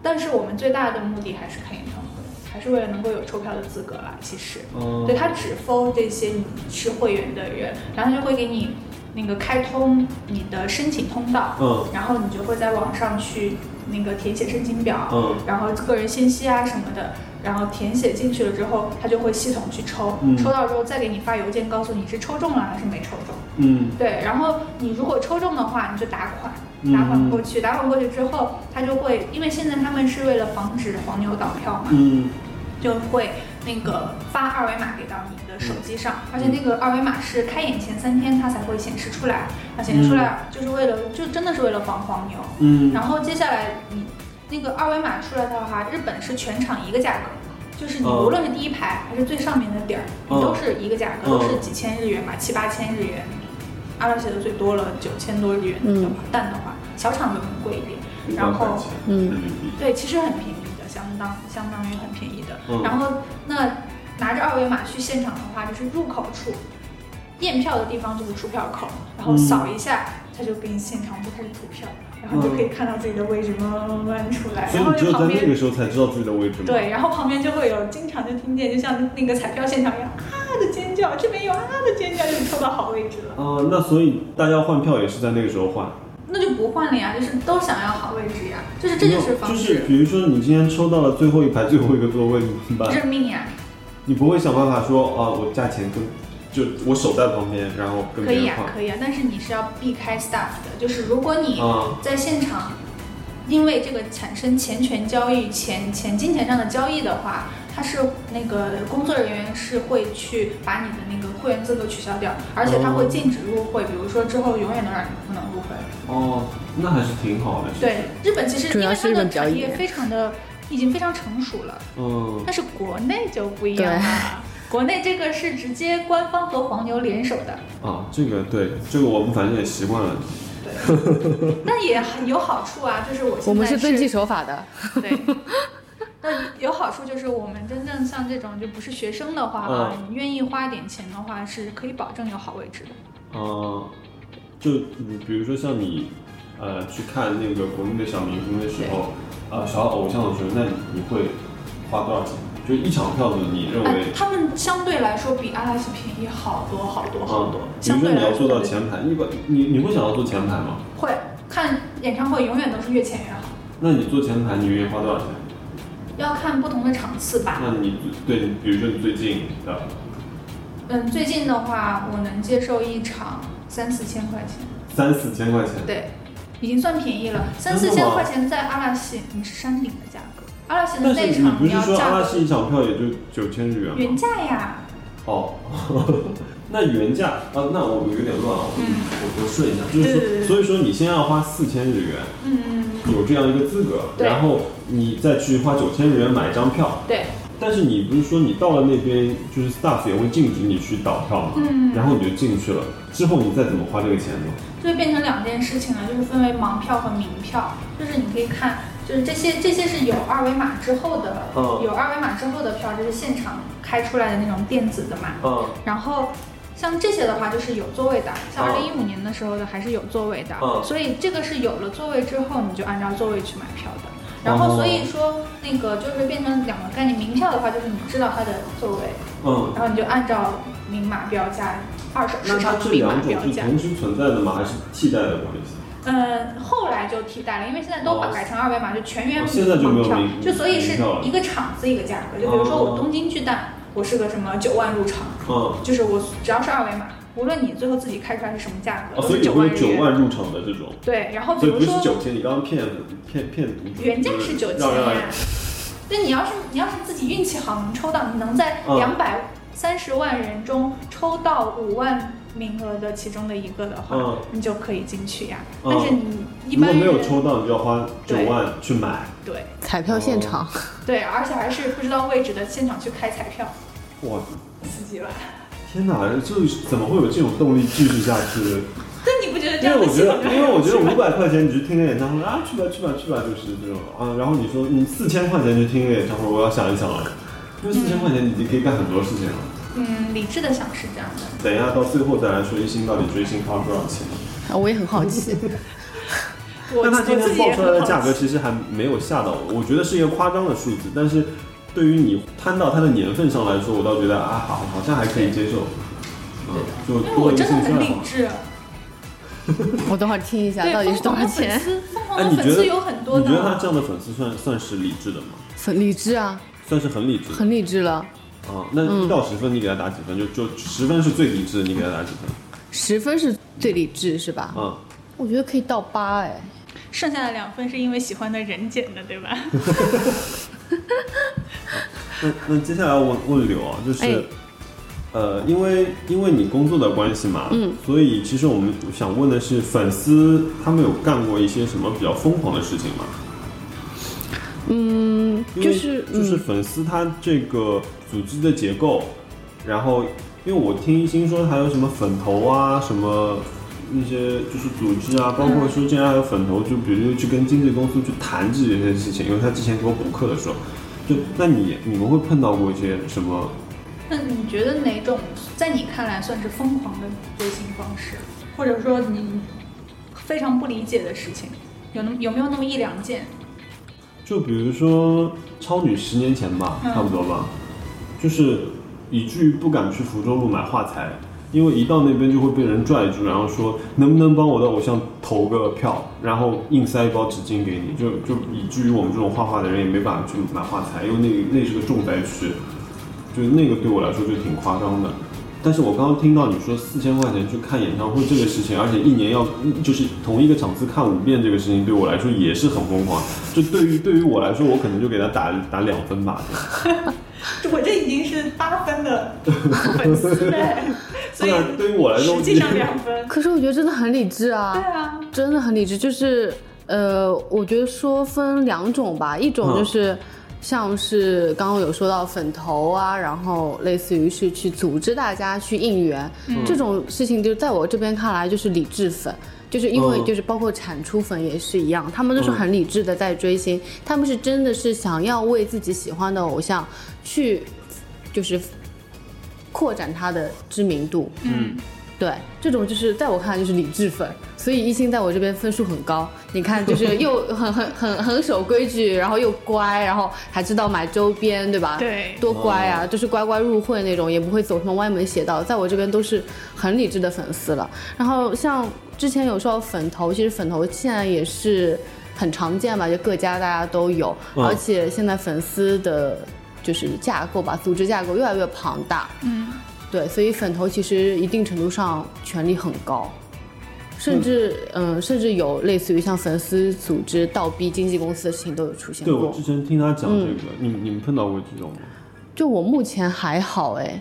S3: 但是我们最大的目的还是看演唱会，还是为了能够有抽票的资格啦。其实，
S1: 嗯
S3: 对他只封这些你是会员的人，然后他就会给你那个开通你的申请通道，
S1: 嗯
S3: 然后你就会在网上去那个填写申请表，
S1: 嗯
S3: 然后个人信息啊什么的，然后填写进去了之后，他就会系统去抽，
S1: 嗯
S3: 抽到之后再给你发邮件告诉你是抽中了还是没抽中。
S1: 嗯
S3: 对，然后你如果抽中的话，你就打款，
S1: 嗯
S3: 打款过去，打款过去之后，他就会，因为现在他们是为了防止黄牛倒票嘛，
S1: 嗯
S3: 就会那个发二维码给到你的手机上，而且
S1: 嗯
S3: 那个二维码是开演前三天它才会显示出来，它显示出来就是为了就真的是为了防黄牛。
S1: 嗯
S3: 然后接下来你那个二维码出来的话，日本是全场一个价格，就是你
S1: 哦
S3: 无论是第一排还是最上面的点儿，你
S1: 哦
S3: 都是一个价格，
S1: 哦
S3: 都是几千日元吧，七八千日元。阿拉写的最多了九千多日元的话，
S1: 嗯
S3: 蛋的话，小厂就很贵一点，然后
S4: 嗯
S1: 人民币，
S3: 对，其实很便宜的，相当相当于很便宜的。
S1: 嗯
S3: 然后那拿着二维码去现场的话，就是入口处验票的地方就是出票口，然后
S1: 嗯
S3: 扫一下，他就给你现场就开始吐票，然后你就可以看到自己的位置慢慢慢慢出来，
S1: 嗯所以
S3: 然后
S1: 你只有
S3: 就
S1: 在
S3: 旁
S1: 那个
S3: 边。
S1: 时候才知道自己的位置吗？
S3: 对，然后旁边就会有，经常就听见，就像那个彩票现场一样啊的尖叫，这边有啊的尖叫，就是抽到好位置了。
S1: 啊，那所以大家换票也是在那个时候换。
S3: 那就不换了呀，就是都想要好位置呀，就是这就是方
S1: 就
S3: 式，
S1: 是比如说你今天抽到了最后一排最后一个座位，你怎么办？
S3: 认命呀，
S1: 你不会想办法说啊，我价钱跟就我手在旁边，然后跟
S3: 可
S1: 别人
S3: 以呀、
S1: 换。
S3: 可以呀、啊但是你是要避开 staff 的，就是如果你
S1: 啊
S3: 在现场，因为这个产生钱权交易、钱钱金钱上的交易的话，他是那个工作人员是会去把你的那个会员资格取消掉，而且他
S1: 哦
S3: 会禁止入会，比如说之后永远都让你不能入会。
S1: 哦，那还是挺好的。
S3: 对，日本其实
S4: 主
S3: 因
S4: 要
S3: 为
S4: 是
S3: 它
S4: 日本
S3: 的
S4: 比较
S3: 产业
S4: 严
S3: 非常的已经非常成熟了。
S1: 嗯，
S3: 但是国内就不一样了，国内这个是直接官方和黄牛联手的，
S1: 啊，这个对，这个我们反正也习惯了。
S3: 但也很有好处啊，就是我现在
S4: 我们是遵纪守法的。
S3: 对。那有好处就是，我们真正像这种就不是学生的话啊，你愿意花点钱的话，是可以保证有好位置的。
S1: 啊，就你比如说像你呃去看那个国内的小明星的时候，啊，小偶像的时候，那你你会花多少钱？就一场票子，你认
S3: 哎
S1: 为，
S3: 他们相对来说比阿拉斯便宜好多好多好
S1: 啊
S3: 多。，
S1: 比如
S3: 相
S1: 说
S3: 对
S1: 你
S3: 来
S1: 要坐
S3: 说
S1: 到前排，一般你你会想要坐前排吗？
S3: 会看演唱会，永远都是越前越好。
S1: 那你坐前排，你愿意花多少钱？
S3: 要看不同的场次吧。
S1: 那你对，你比如说你最近的，
S3: 嗯，最近的话，我能接受一场三四千块钱。
S1: 三四千块钱，
S3: 对，已经算便宜了，三
S1: 真
S3: 四
S1: 的
S3: 千
S1: 吗
S3: 块钱在阿拉西你是山顶的价格，阿拉西的
S1: 但
S3: 那
S1: 是你
S3: 场
S1: 不
S3: 你
S1: 是
S3: 要
S1: 说阿
S3: 价
S1: 拉
S3: 格
S1: 斯一场票也就九千日元吗？
S3: 原价呀，
S1: 哦， <laughs> 那原价啊，那我有点乱啊，我
S3: 嗯
S1: 我我顺一下，就是
S3: 对
S1: 说，
S3: 对对
S1: 所以说你先要花四千日元，
S3: 嗯，
S1: 有这样一个资格，
S3: 对
S1: 然后你再去花九千日元买一张票，
S3: 对，
S1: 但是你不是说你到了那边，就是 staff 也会禁止你去倒票嘛，
S3: 嗯
S1: 然后你就进去了，之后你再怎么花这个钱呢？
S3: 就会变成两件事情了，就是分为盲票和明票，就是你可以看，就是这些这些是有二维码之后的，
S1: 嗯
S3: 有二维码之后的票，这是现场开出来的那种电子的嘛，
S1: 嗯
S3: 然后像这些的话，就是有座位的，像
S1: 嗯
S3: 二零一五年的时候的还是有座位的，
S1: 嗯
S3: 所以这个是有了座位之后，你就按照座位去买票的。然后
S1: 哦
S3: 所以说那个就是变成两个概念，名票的话就是你知道它的座位，
S1: 嗯，
S3: 然后你就按照明码标价、二手
S1: 那
S3: 市
S1: 它
S3: 场
S1: 这
S3: 明码
S1: 两种
S3: 标
S1: 是
S3: 价。
S1: 同时存在的吗？还是替代的关系？
S3: 嗯，后来就替代了，因为现在都把
S1: 哦
S3: 改成二维码，就全员
S1: 哦现在就没有
S3: 门票
S1: 明，
S3: 就所以
S1: 明
S3: 是
S1: 票了
S3: 一个场子一个价格。就比如说
S1: 哦
S3: 我东京巨蛋，我是个什么九万入场，
S1: 嗯。
S3: 就是我只要是二维码，无论你最后自己开出来是什么价格，
S1: 哦，
S3: 都
S1: 所以你
S3: 是九
S1: 会有
S3: 万日
S1: 九
S3: 元。
S1: 万入场的这种，
S3: 对，然后哦比
S1: 所以
S3: 如
S1: 不是
S3: 说
S1: 九千，你刚刚骗骗骗读者，
S3: 原价
S1: 就是
S3: 九千啊
S1: 让让
S3: 呀，那你要是你要是自己运气好能抽到，你能在
S1: 嗯
S3: 两百三十万人中抽到五万名额的其中的一个的话
S1: 嗯，
S3: 你就可以进去呀。
S1: 嗯
S3: 但是你一
S1: 如果
S3: 般
S1: 没有
S3: 人
S1: 抽到，你就要花九
S3: 对
S1: 万去买。
S3: 对
S4: 彩票现场，
S3: 对，而且还是不知道位置的现场去开彩票，
S1: 哇，
S3: 刺激吧？
S1: 天哪，就是怎么会有这种动力继续下去？
S3: <laughs> 但你不觉 <laughs> 得这
S1: 因为
S3: 样
S1: 我
S3: 的
S1: 觉
S3: 系统
S1: 得，
S3: 就
S1: 因为
S3: 很
S1: 我觉得
S3: 有趣吗
S1: 五百块钱你去听个演唱会啊，去吧去吧去吧，就是这种啊。然后你说你四千块钱去听个演唱会，我要想一想了，因为四千块钱你已经可以干很多事情了。啊
S3: 嗯，理智的想是这样的。
S1: 等一下到最后再来说一星到底追星花多少钱。
S3: 哦
S4: 我也很好
S3: <laughs>
S4: 奇。
S3: 我
S1: 但它今
S3: 我自
S1: 天
S3: 己也
S1: 报出来
S3: 很
S1: 的
S3: 好
S1: 价格
S3: 奇
S1: 其实还没有吓到我，我觉得是一个夸张的数字，但是对于你摊到它的年份上来说，我倒觉得啊，好，好像还可以接受。嗯，就
S3: 啊因为
S1: 多
S3: 我
S1: 一个
S3: 真
S1: 兴
S3: 的
S1: 趣
S3: 很
S1: 爱
S3: 理
S1: 好。
S3: 智。
S4: 我等会儿听一下
S3: 对，
S4: 到底是
S3: 疯
S4: 多
S3: 狂
S4: 少
S3: 的粉
S4: 钱。
S3: 丝，疯狂
S1: 哎，
S3: 的
S1: 你
S3: 啊粉
S1: 觉
S3: 丝
S1: 得
S3: 有很多
S1: 你
S3: 的。
S1: 觉得他这样的粉丝算算是理智的吗？
S4: 粉理智啊，
S1: 算是很理智的
S4: 很理智了，
S1: 啊。那一到十分，你给他打几分？就就十分是最理智的，你给他打几分？
S4: 十分是最理智是
S3: 哦
S4: 吧？
S1: 啊，
S4: 我觉得可以到八哎，
S3: 剩下的两分是因为喜欢的人捡的，对吧？
S1: 那那接下来问问柳啊，就是、
S4: 哎
S1: 呃，因为因为你工作的关系嘛，嗯，所以其实我们想问的是，粉丝他们有干过一些什么比较疯狂的事情吗？
S4: 嗯，
S1: 因为
S4: 就是
S1: 就是
S4: 嗯
S1: 粉丝他这个组织的结构，然后因为我听一心说还有什么粉头啊，什么那些就是组织啊，
S4: 嗯
S1: 包括说竟然还有粉头，就比如去跟经纪公司去谈这些事情，因为他之前给我补课的时候，就那你你们会碰到过一些什么？
S8: <laughs> 那你觉得哪种在你看来算是疯狂的追星方式，或者说你非常不理解的事情，有那么有没有那么一两件？
S1: 就比如说超女十年前吧，
S8: 嗯
S1: 差不多吧，就是以至于不敢去福州路买画材，因为一到那边就会被人拽住，然后说能不能帮我的偶像投个票，然后硬塞一包纸巾给你，就就以至于我们这种画画的人也没办法去买画材，因为那个那是个重灾区，就是那个对我来说就挺夸张的。但是我刚刚听到你说四千块钱去看演唱会这个事情，而且一年要就是同一个场次看五遍这个事情，对我来说也是很疯狂。就对于对于我来说，我可能就给他打打两分吧。
S8: 就 <laughs> 我这已经是八分
S1: <laughs>
S8: 的粉丝嘞，所
S1: 虽
S8: 以
S1: 然对于我来说，
S8: 实际上两分。
S4: 可是我觉得真的很理智啊。
S8: 对啊，
S4: 真的很理智，就是呃，我觉得说分两种吧，一种
S1: 嗯
S4: 就是。像是刚刚有说到粉头啊，然后类似于是去组织大家去应援、
S1: 嗯
S4: 这种事情，就在我这边看来就是理智粉，就是因为
S1: 嗯
S4: 就是包括产出粉也是一样，他们都是很理智的在追星，他们是真的是想要为自己喜欢的偶像去就是扩展他的知名度，
S8: 嗯，
S4: 对，这种就是在我看来就是理智粉，所以一心在我这边分数很高。你看，就是又很很很很守规矩，然后又乖，然后还知道买周边，对吧？
S8: 对
S4: 多乖
S1: 哦
S4: 啊，就是乖乖入会那种，也不会走什么歪门邪道。在我这边都是很理智的粉丝了。然后像之前有说到粉头，其实粉头现在也是很常见吧，就各家大家都有，
S9: 嗯
S4: 而且现在粉丝的就是架构吧，组织架构越来越庞大。对，所以粉头其实一定程度上权力很高，甚至嗯、呃甚至有类似于像粉丝组织倒逼经纪公司的事情都有出现
S1: 对我
S4: 过
S1: 之。前听他讲这个，你们你们碰到过这种吗？
S4: 就我目前还好哎，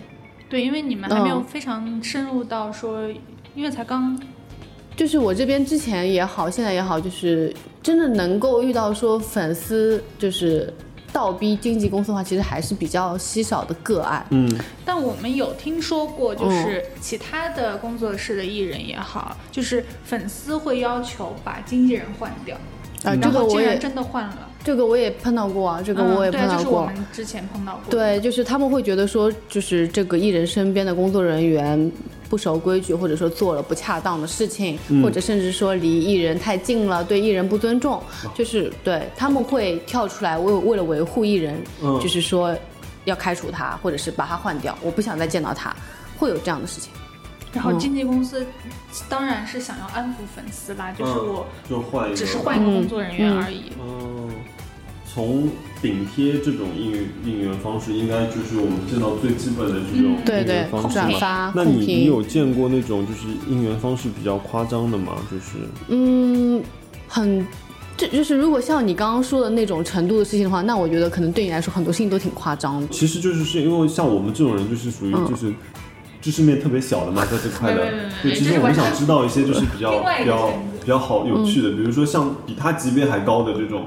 S8: 对，因为你们还没有
S4: 嗯
S8: 非常深入到说，因为才刚
S4: 就是我这边之前也好，现在也好，就是真的能够遇到说粉丝就是倒逼经纪公司的话，其实还是比较稀少的个案。
S1: 嗯，
S8: 但我们有听说过，就是
S4: 哦
S8: 其他的工作室的艺人也好，就是粉丝会要求把经纪人换掉，
S4: 啊、这
S8: 嗯然
S4: 个
S8: 后
S4: 我
S8: 竟然
S4: 也
S8: 真的换了。
S4: 这个我也碰到过啊，这个我也
S8: 嗯，
S4: 碰
S8: 对，就
S4: 到
S8: 是我
S4: 过。
S8: 们之前碰到过。，
S4: 对，就是他们会觉得说，就是这个艺人身边的工作人员不守规矩，或者说做了不恰当的事情，
S1: 嗯
S4: 或者甚至说离艺人太近了，对艺人不尊重，
S1: 哦
S4: 就是对他们会跳出来为为了维护艺人，
S1: 嗯
S4: 就是说要开除他，或者是把他换掉，我不想再见到他，会有这样的事情。
S8: 然后
S4: 嗯
S8: 经纪公司当然是想要安抚粉丝啦，就是我
S1: 嗯、就换一个，
S8: 只是换一个工作人员而已。
S1: 嗯，从顶贴这种应援应援方式，应该就是我们见到最基本的这种
S8: 嗯
S4: 对
S1: 应
S4: 对
S1: 援方式，吧。
S4: 转发、
S1: 那
S4: 控
S1: 你你
S4: 评，
S1: 有见过那种就是应援方式比较夸张的吗？就是
S4: 嗯，很。这就是如果像你刚刚说的那种程度的事情的话，那我觉得可能对你来说很多事情都挺夸张的。
S1: 其实就是是因为像我们这种人，就是属于就是知识面特别小
S8: <laughs>
S1: 的嘛，在这块
S8: 嗯
S1: 的
S8: 没没没没。
S1: 对，
S8: 这
S1: 其实
S8: 是
S1: 我们
S8: 完全
S1: 想知道一些就是比较
S8: 另外
S1: 比
S8: 一个嗯
S1: 较
S8: 圈子
S1: 比较好有趣的，比如说像比他级别还高的这种，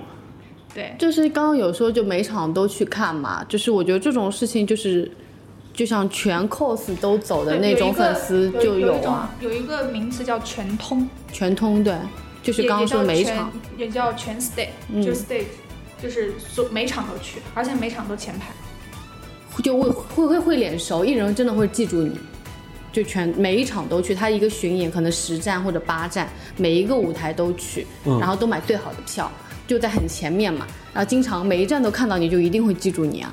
S8: 对，
S4: 就是刚刚有说就每场都去看嘛，就是我觉得这种事情就是，就像全 cos 都走的
S8: 对
S4: 嗯那
S8: 有
S4: 种
S8: 一个
S4: 粉丝就
S8: 有一种
S4: 啊，
S8: 有一个名词叫全通，
S4: 全通对，就是
S8: 也
S4: 刚
S8: 也
S4: 刚说
S8: 叫
S4: 每
S8: 全
S4: 场，嗯
S8: 也叫全 stage，、就 stage，就是所每场都去，而且每场都前排。
S4: 就会会会会脸熟，艺人真的会记住你，就全每一场都去，他一个巡演可能十站或者八站，每一个舞台都去，然后都买最好的票，就在很前面嘛，然后经常每一站都看到你就一定会记住你啊。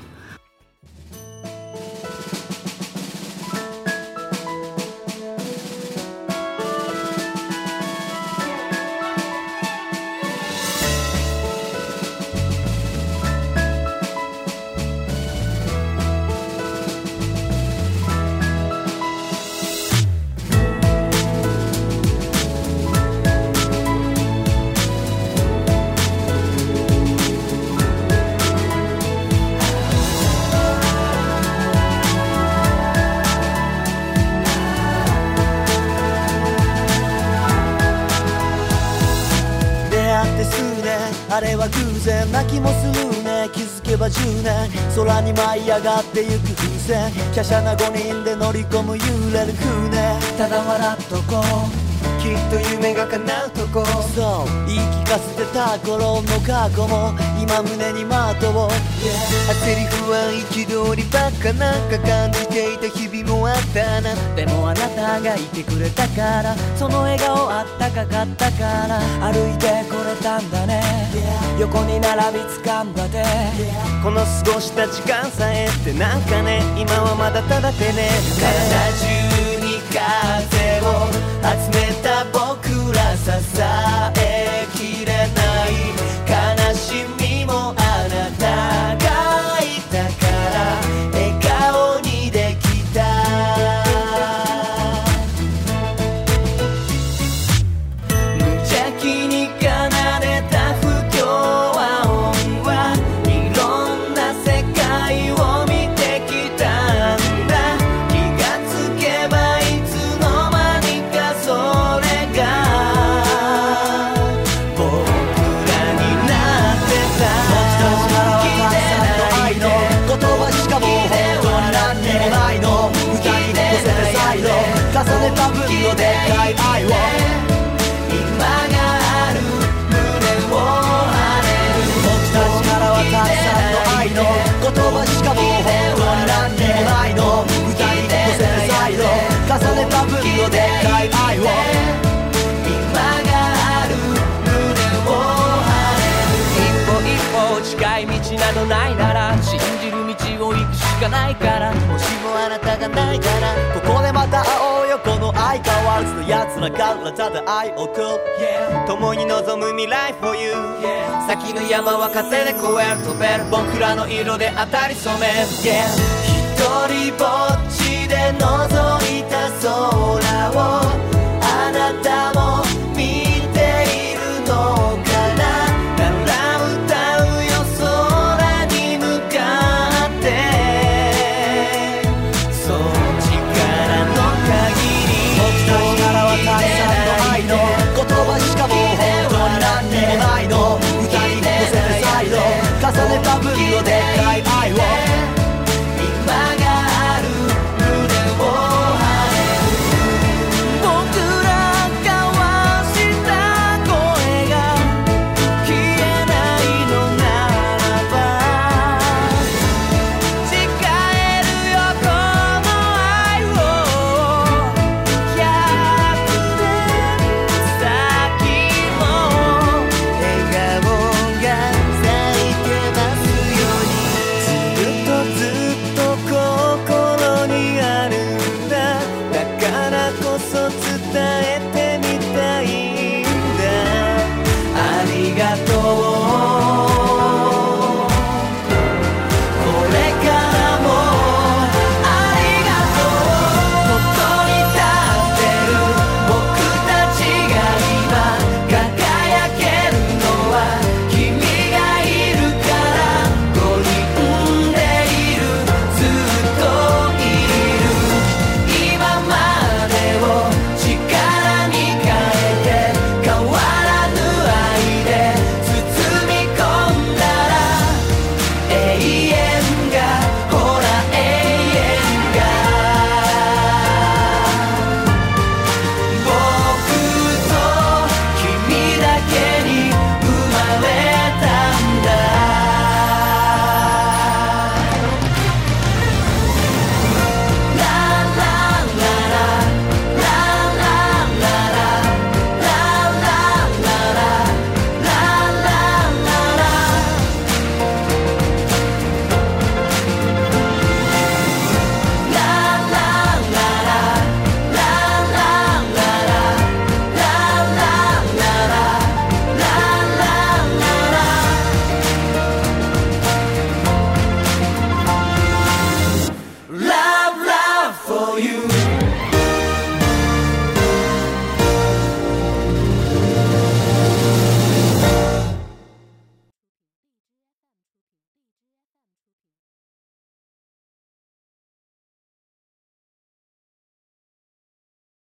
S10: 「
S2: あれは偶然な気もするね気づけば10年空に舞い上がってゆく風船華奢な5人で乗り込む揺れる船ただ笑っとこうきっと夢が叶うとこそう言い聞かせてた頃の過去も今胸に的を、焦り不安憤りばっかなんか感じていた日々もあったなでもあなたがいてくれたからその笑顔あったかかったから歩いてこれたんだね、横に並びつかんだで、この過ごした時間さえってなんかね今はまだただてね体中に風を集めた僕ら支えきれない悲しみもあなたがいたから笑顔にできた無邪気に奏でた不協和音はいろんな世界を見てきたんだ気がつけばいつの間にかそれが僕らになってた聞いてないで
S11: 言葉しかもう本当に何にもないの歌に乗せて再度重ねた分のでかい愛を
S2: 今がある胸を張れる
S11: 僕たちからはたくさんの愛の言葉しかもう本当に何にもないの歌に乗せて再度重ねた分のでかい愛を
S2: 今がある胸を張れる一歩一歩近い道などないなら信じる道を行くしかないから
S11: もしもあなたがないからここでまた会おうよこの相変わらずの奴らからただ愛を送る
S2: Yeah
S11: 共に望む未来 for you
S2: 先の山は風で越える飛べる僕らの色で当たり染める Yeah 一人ぼっちで覗いた空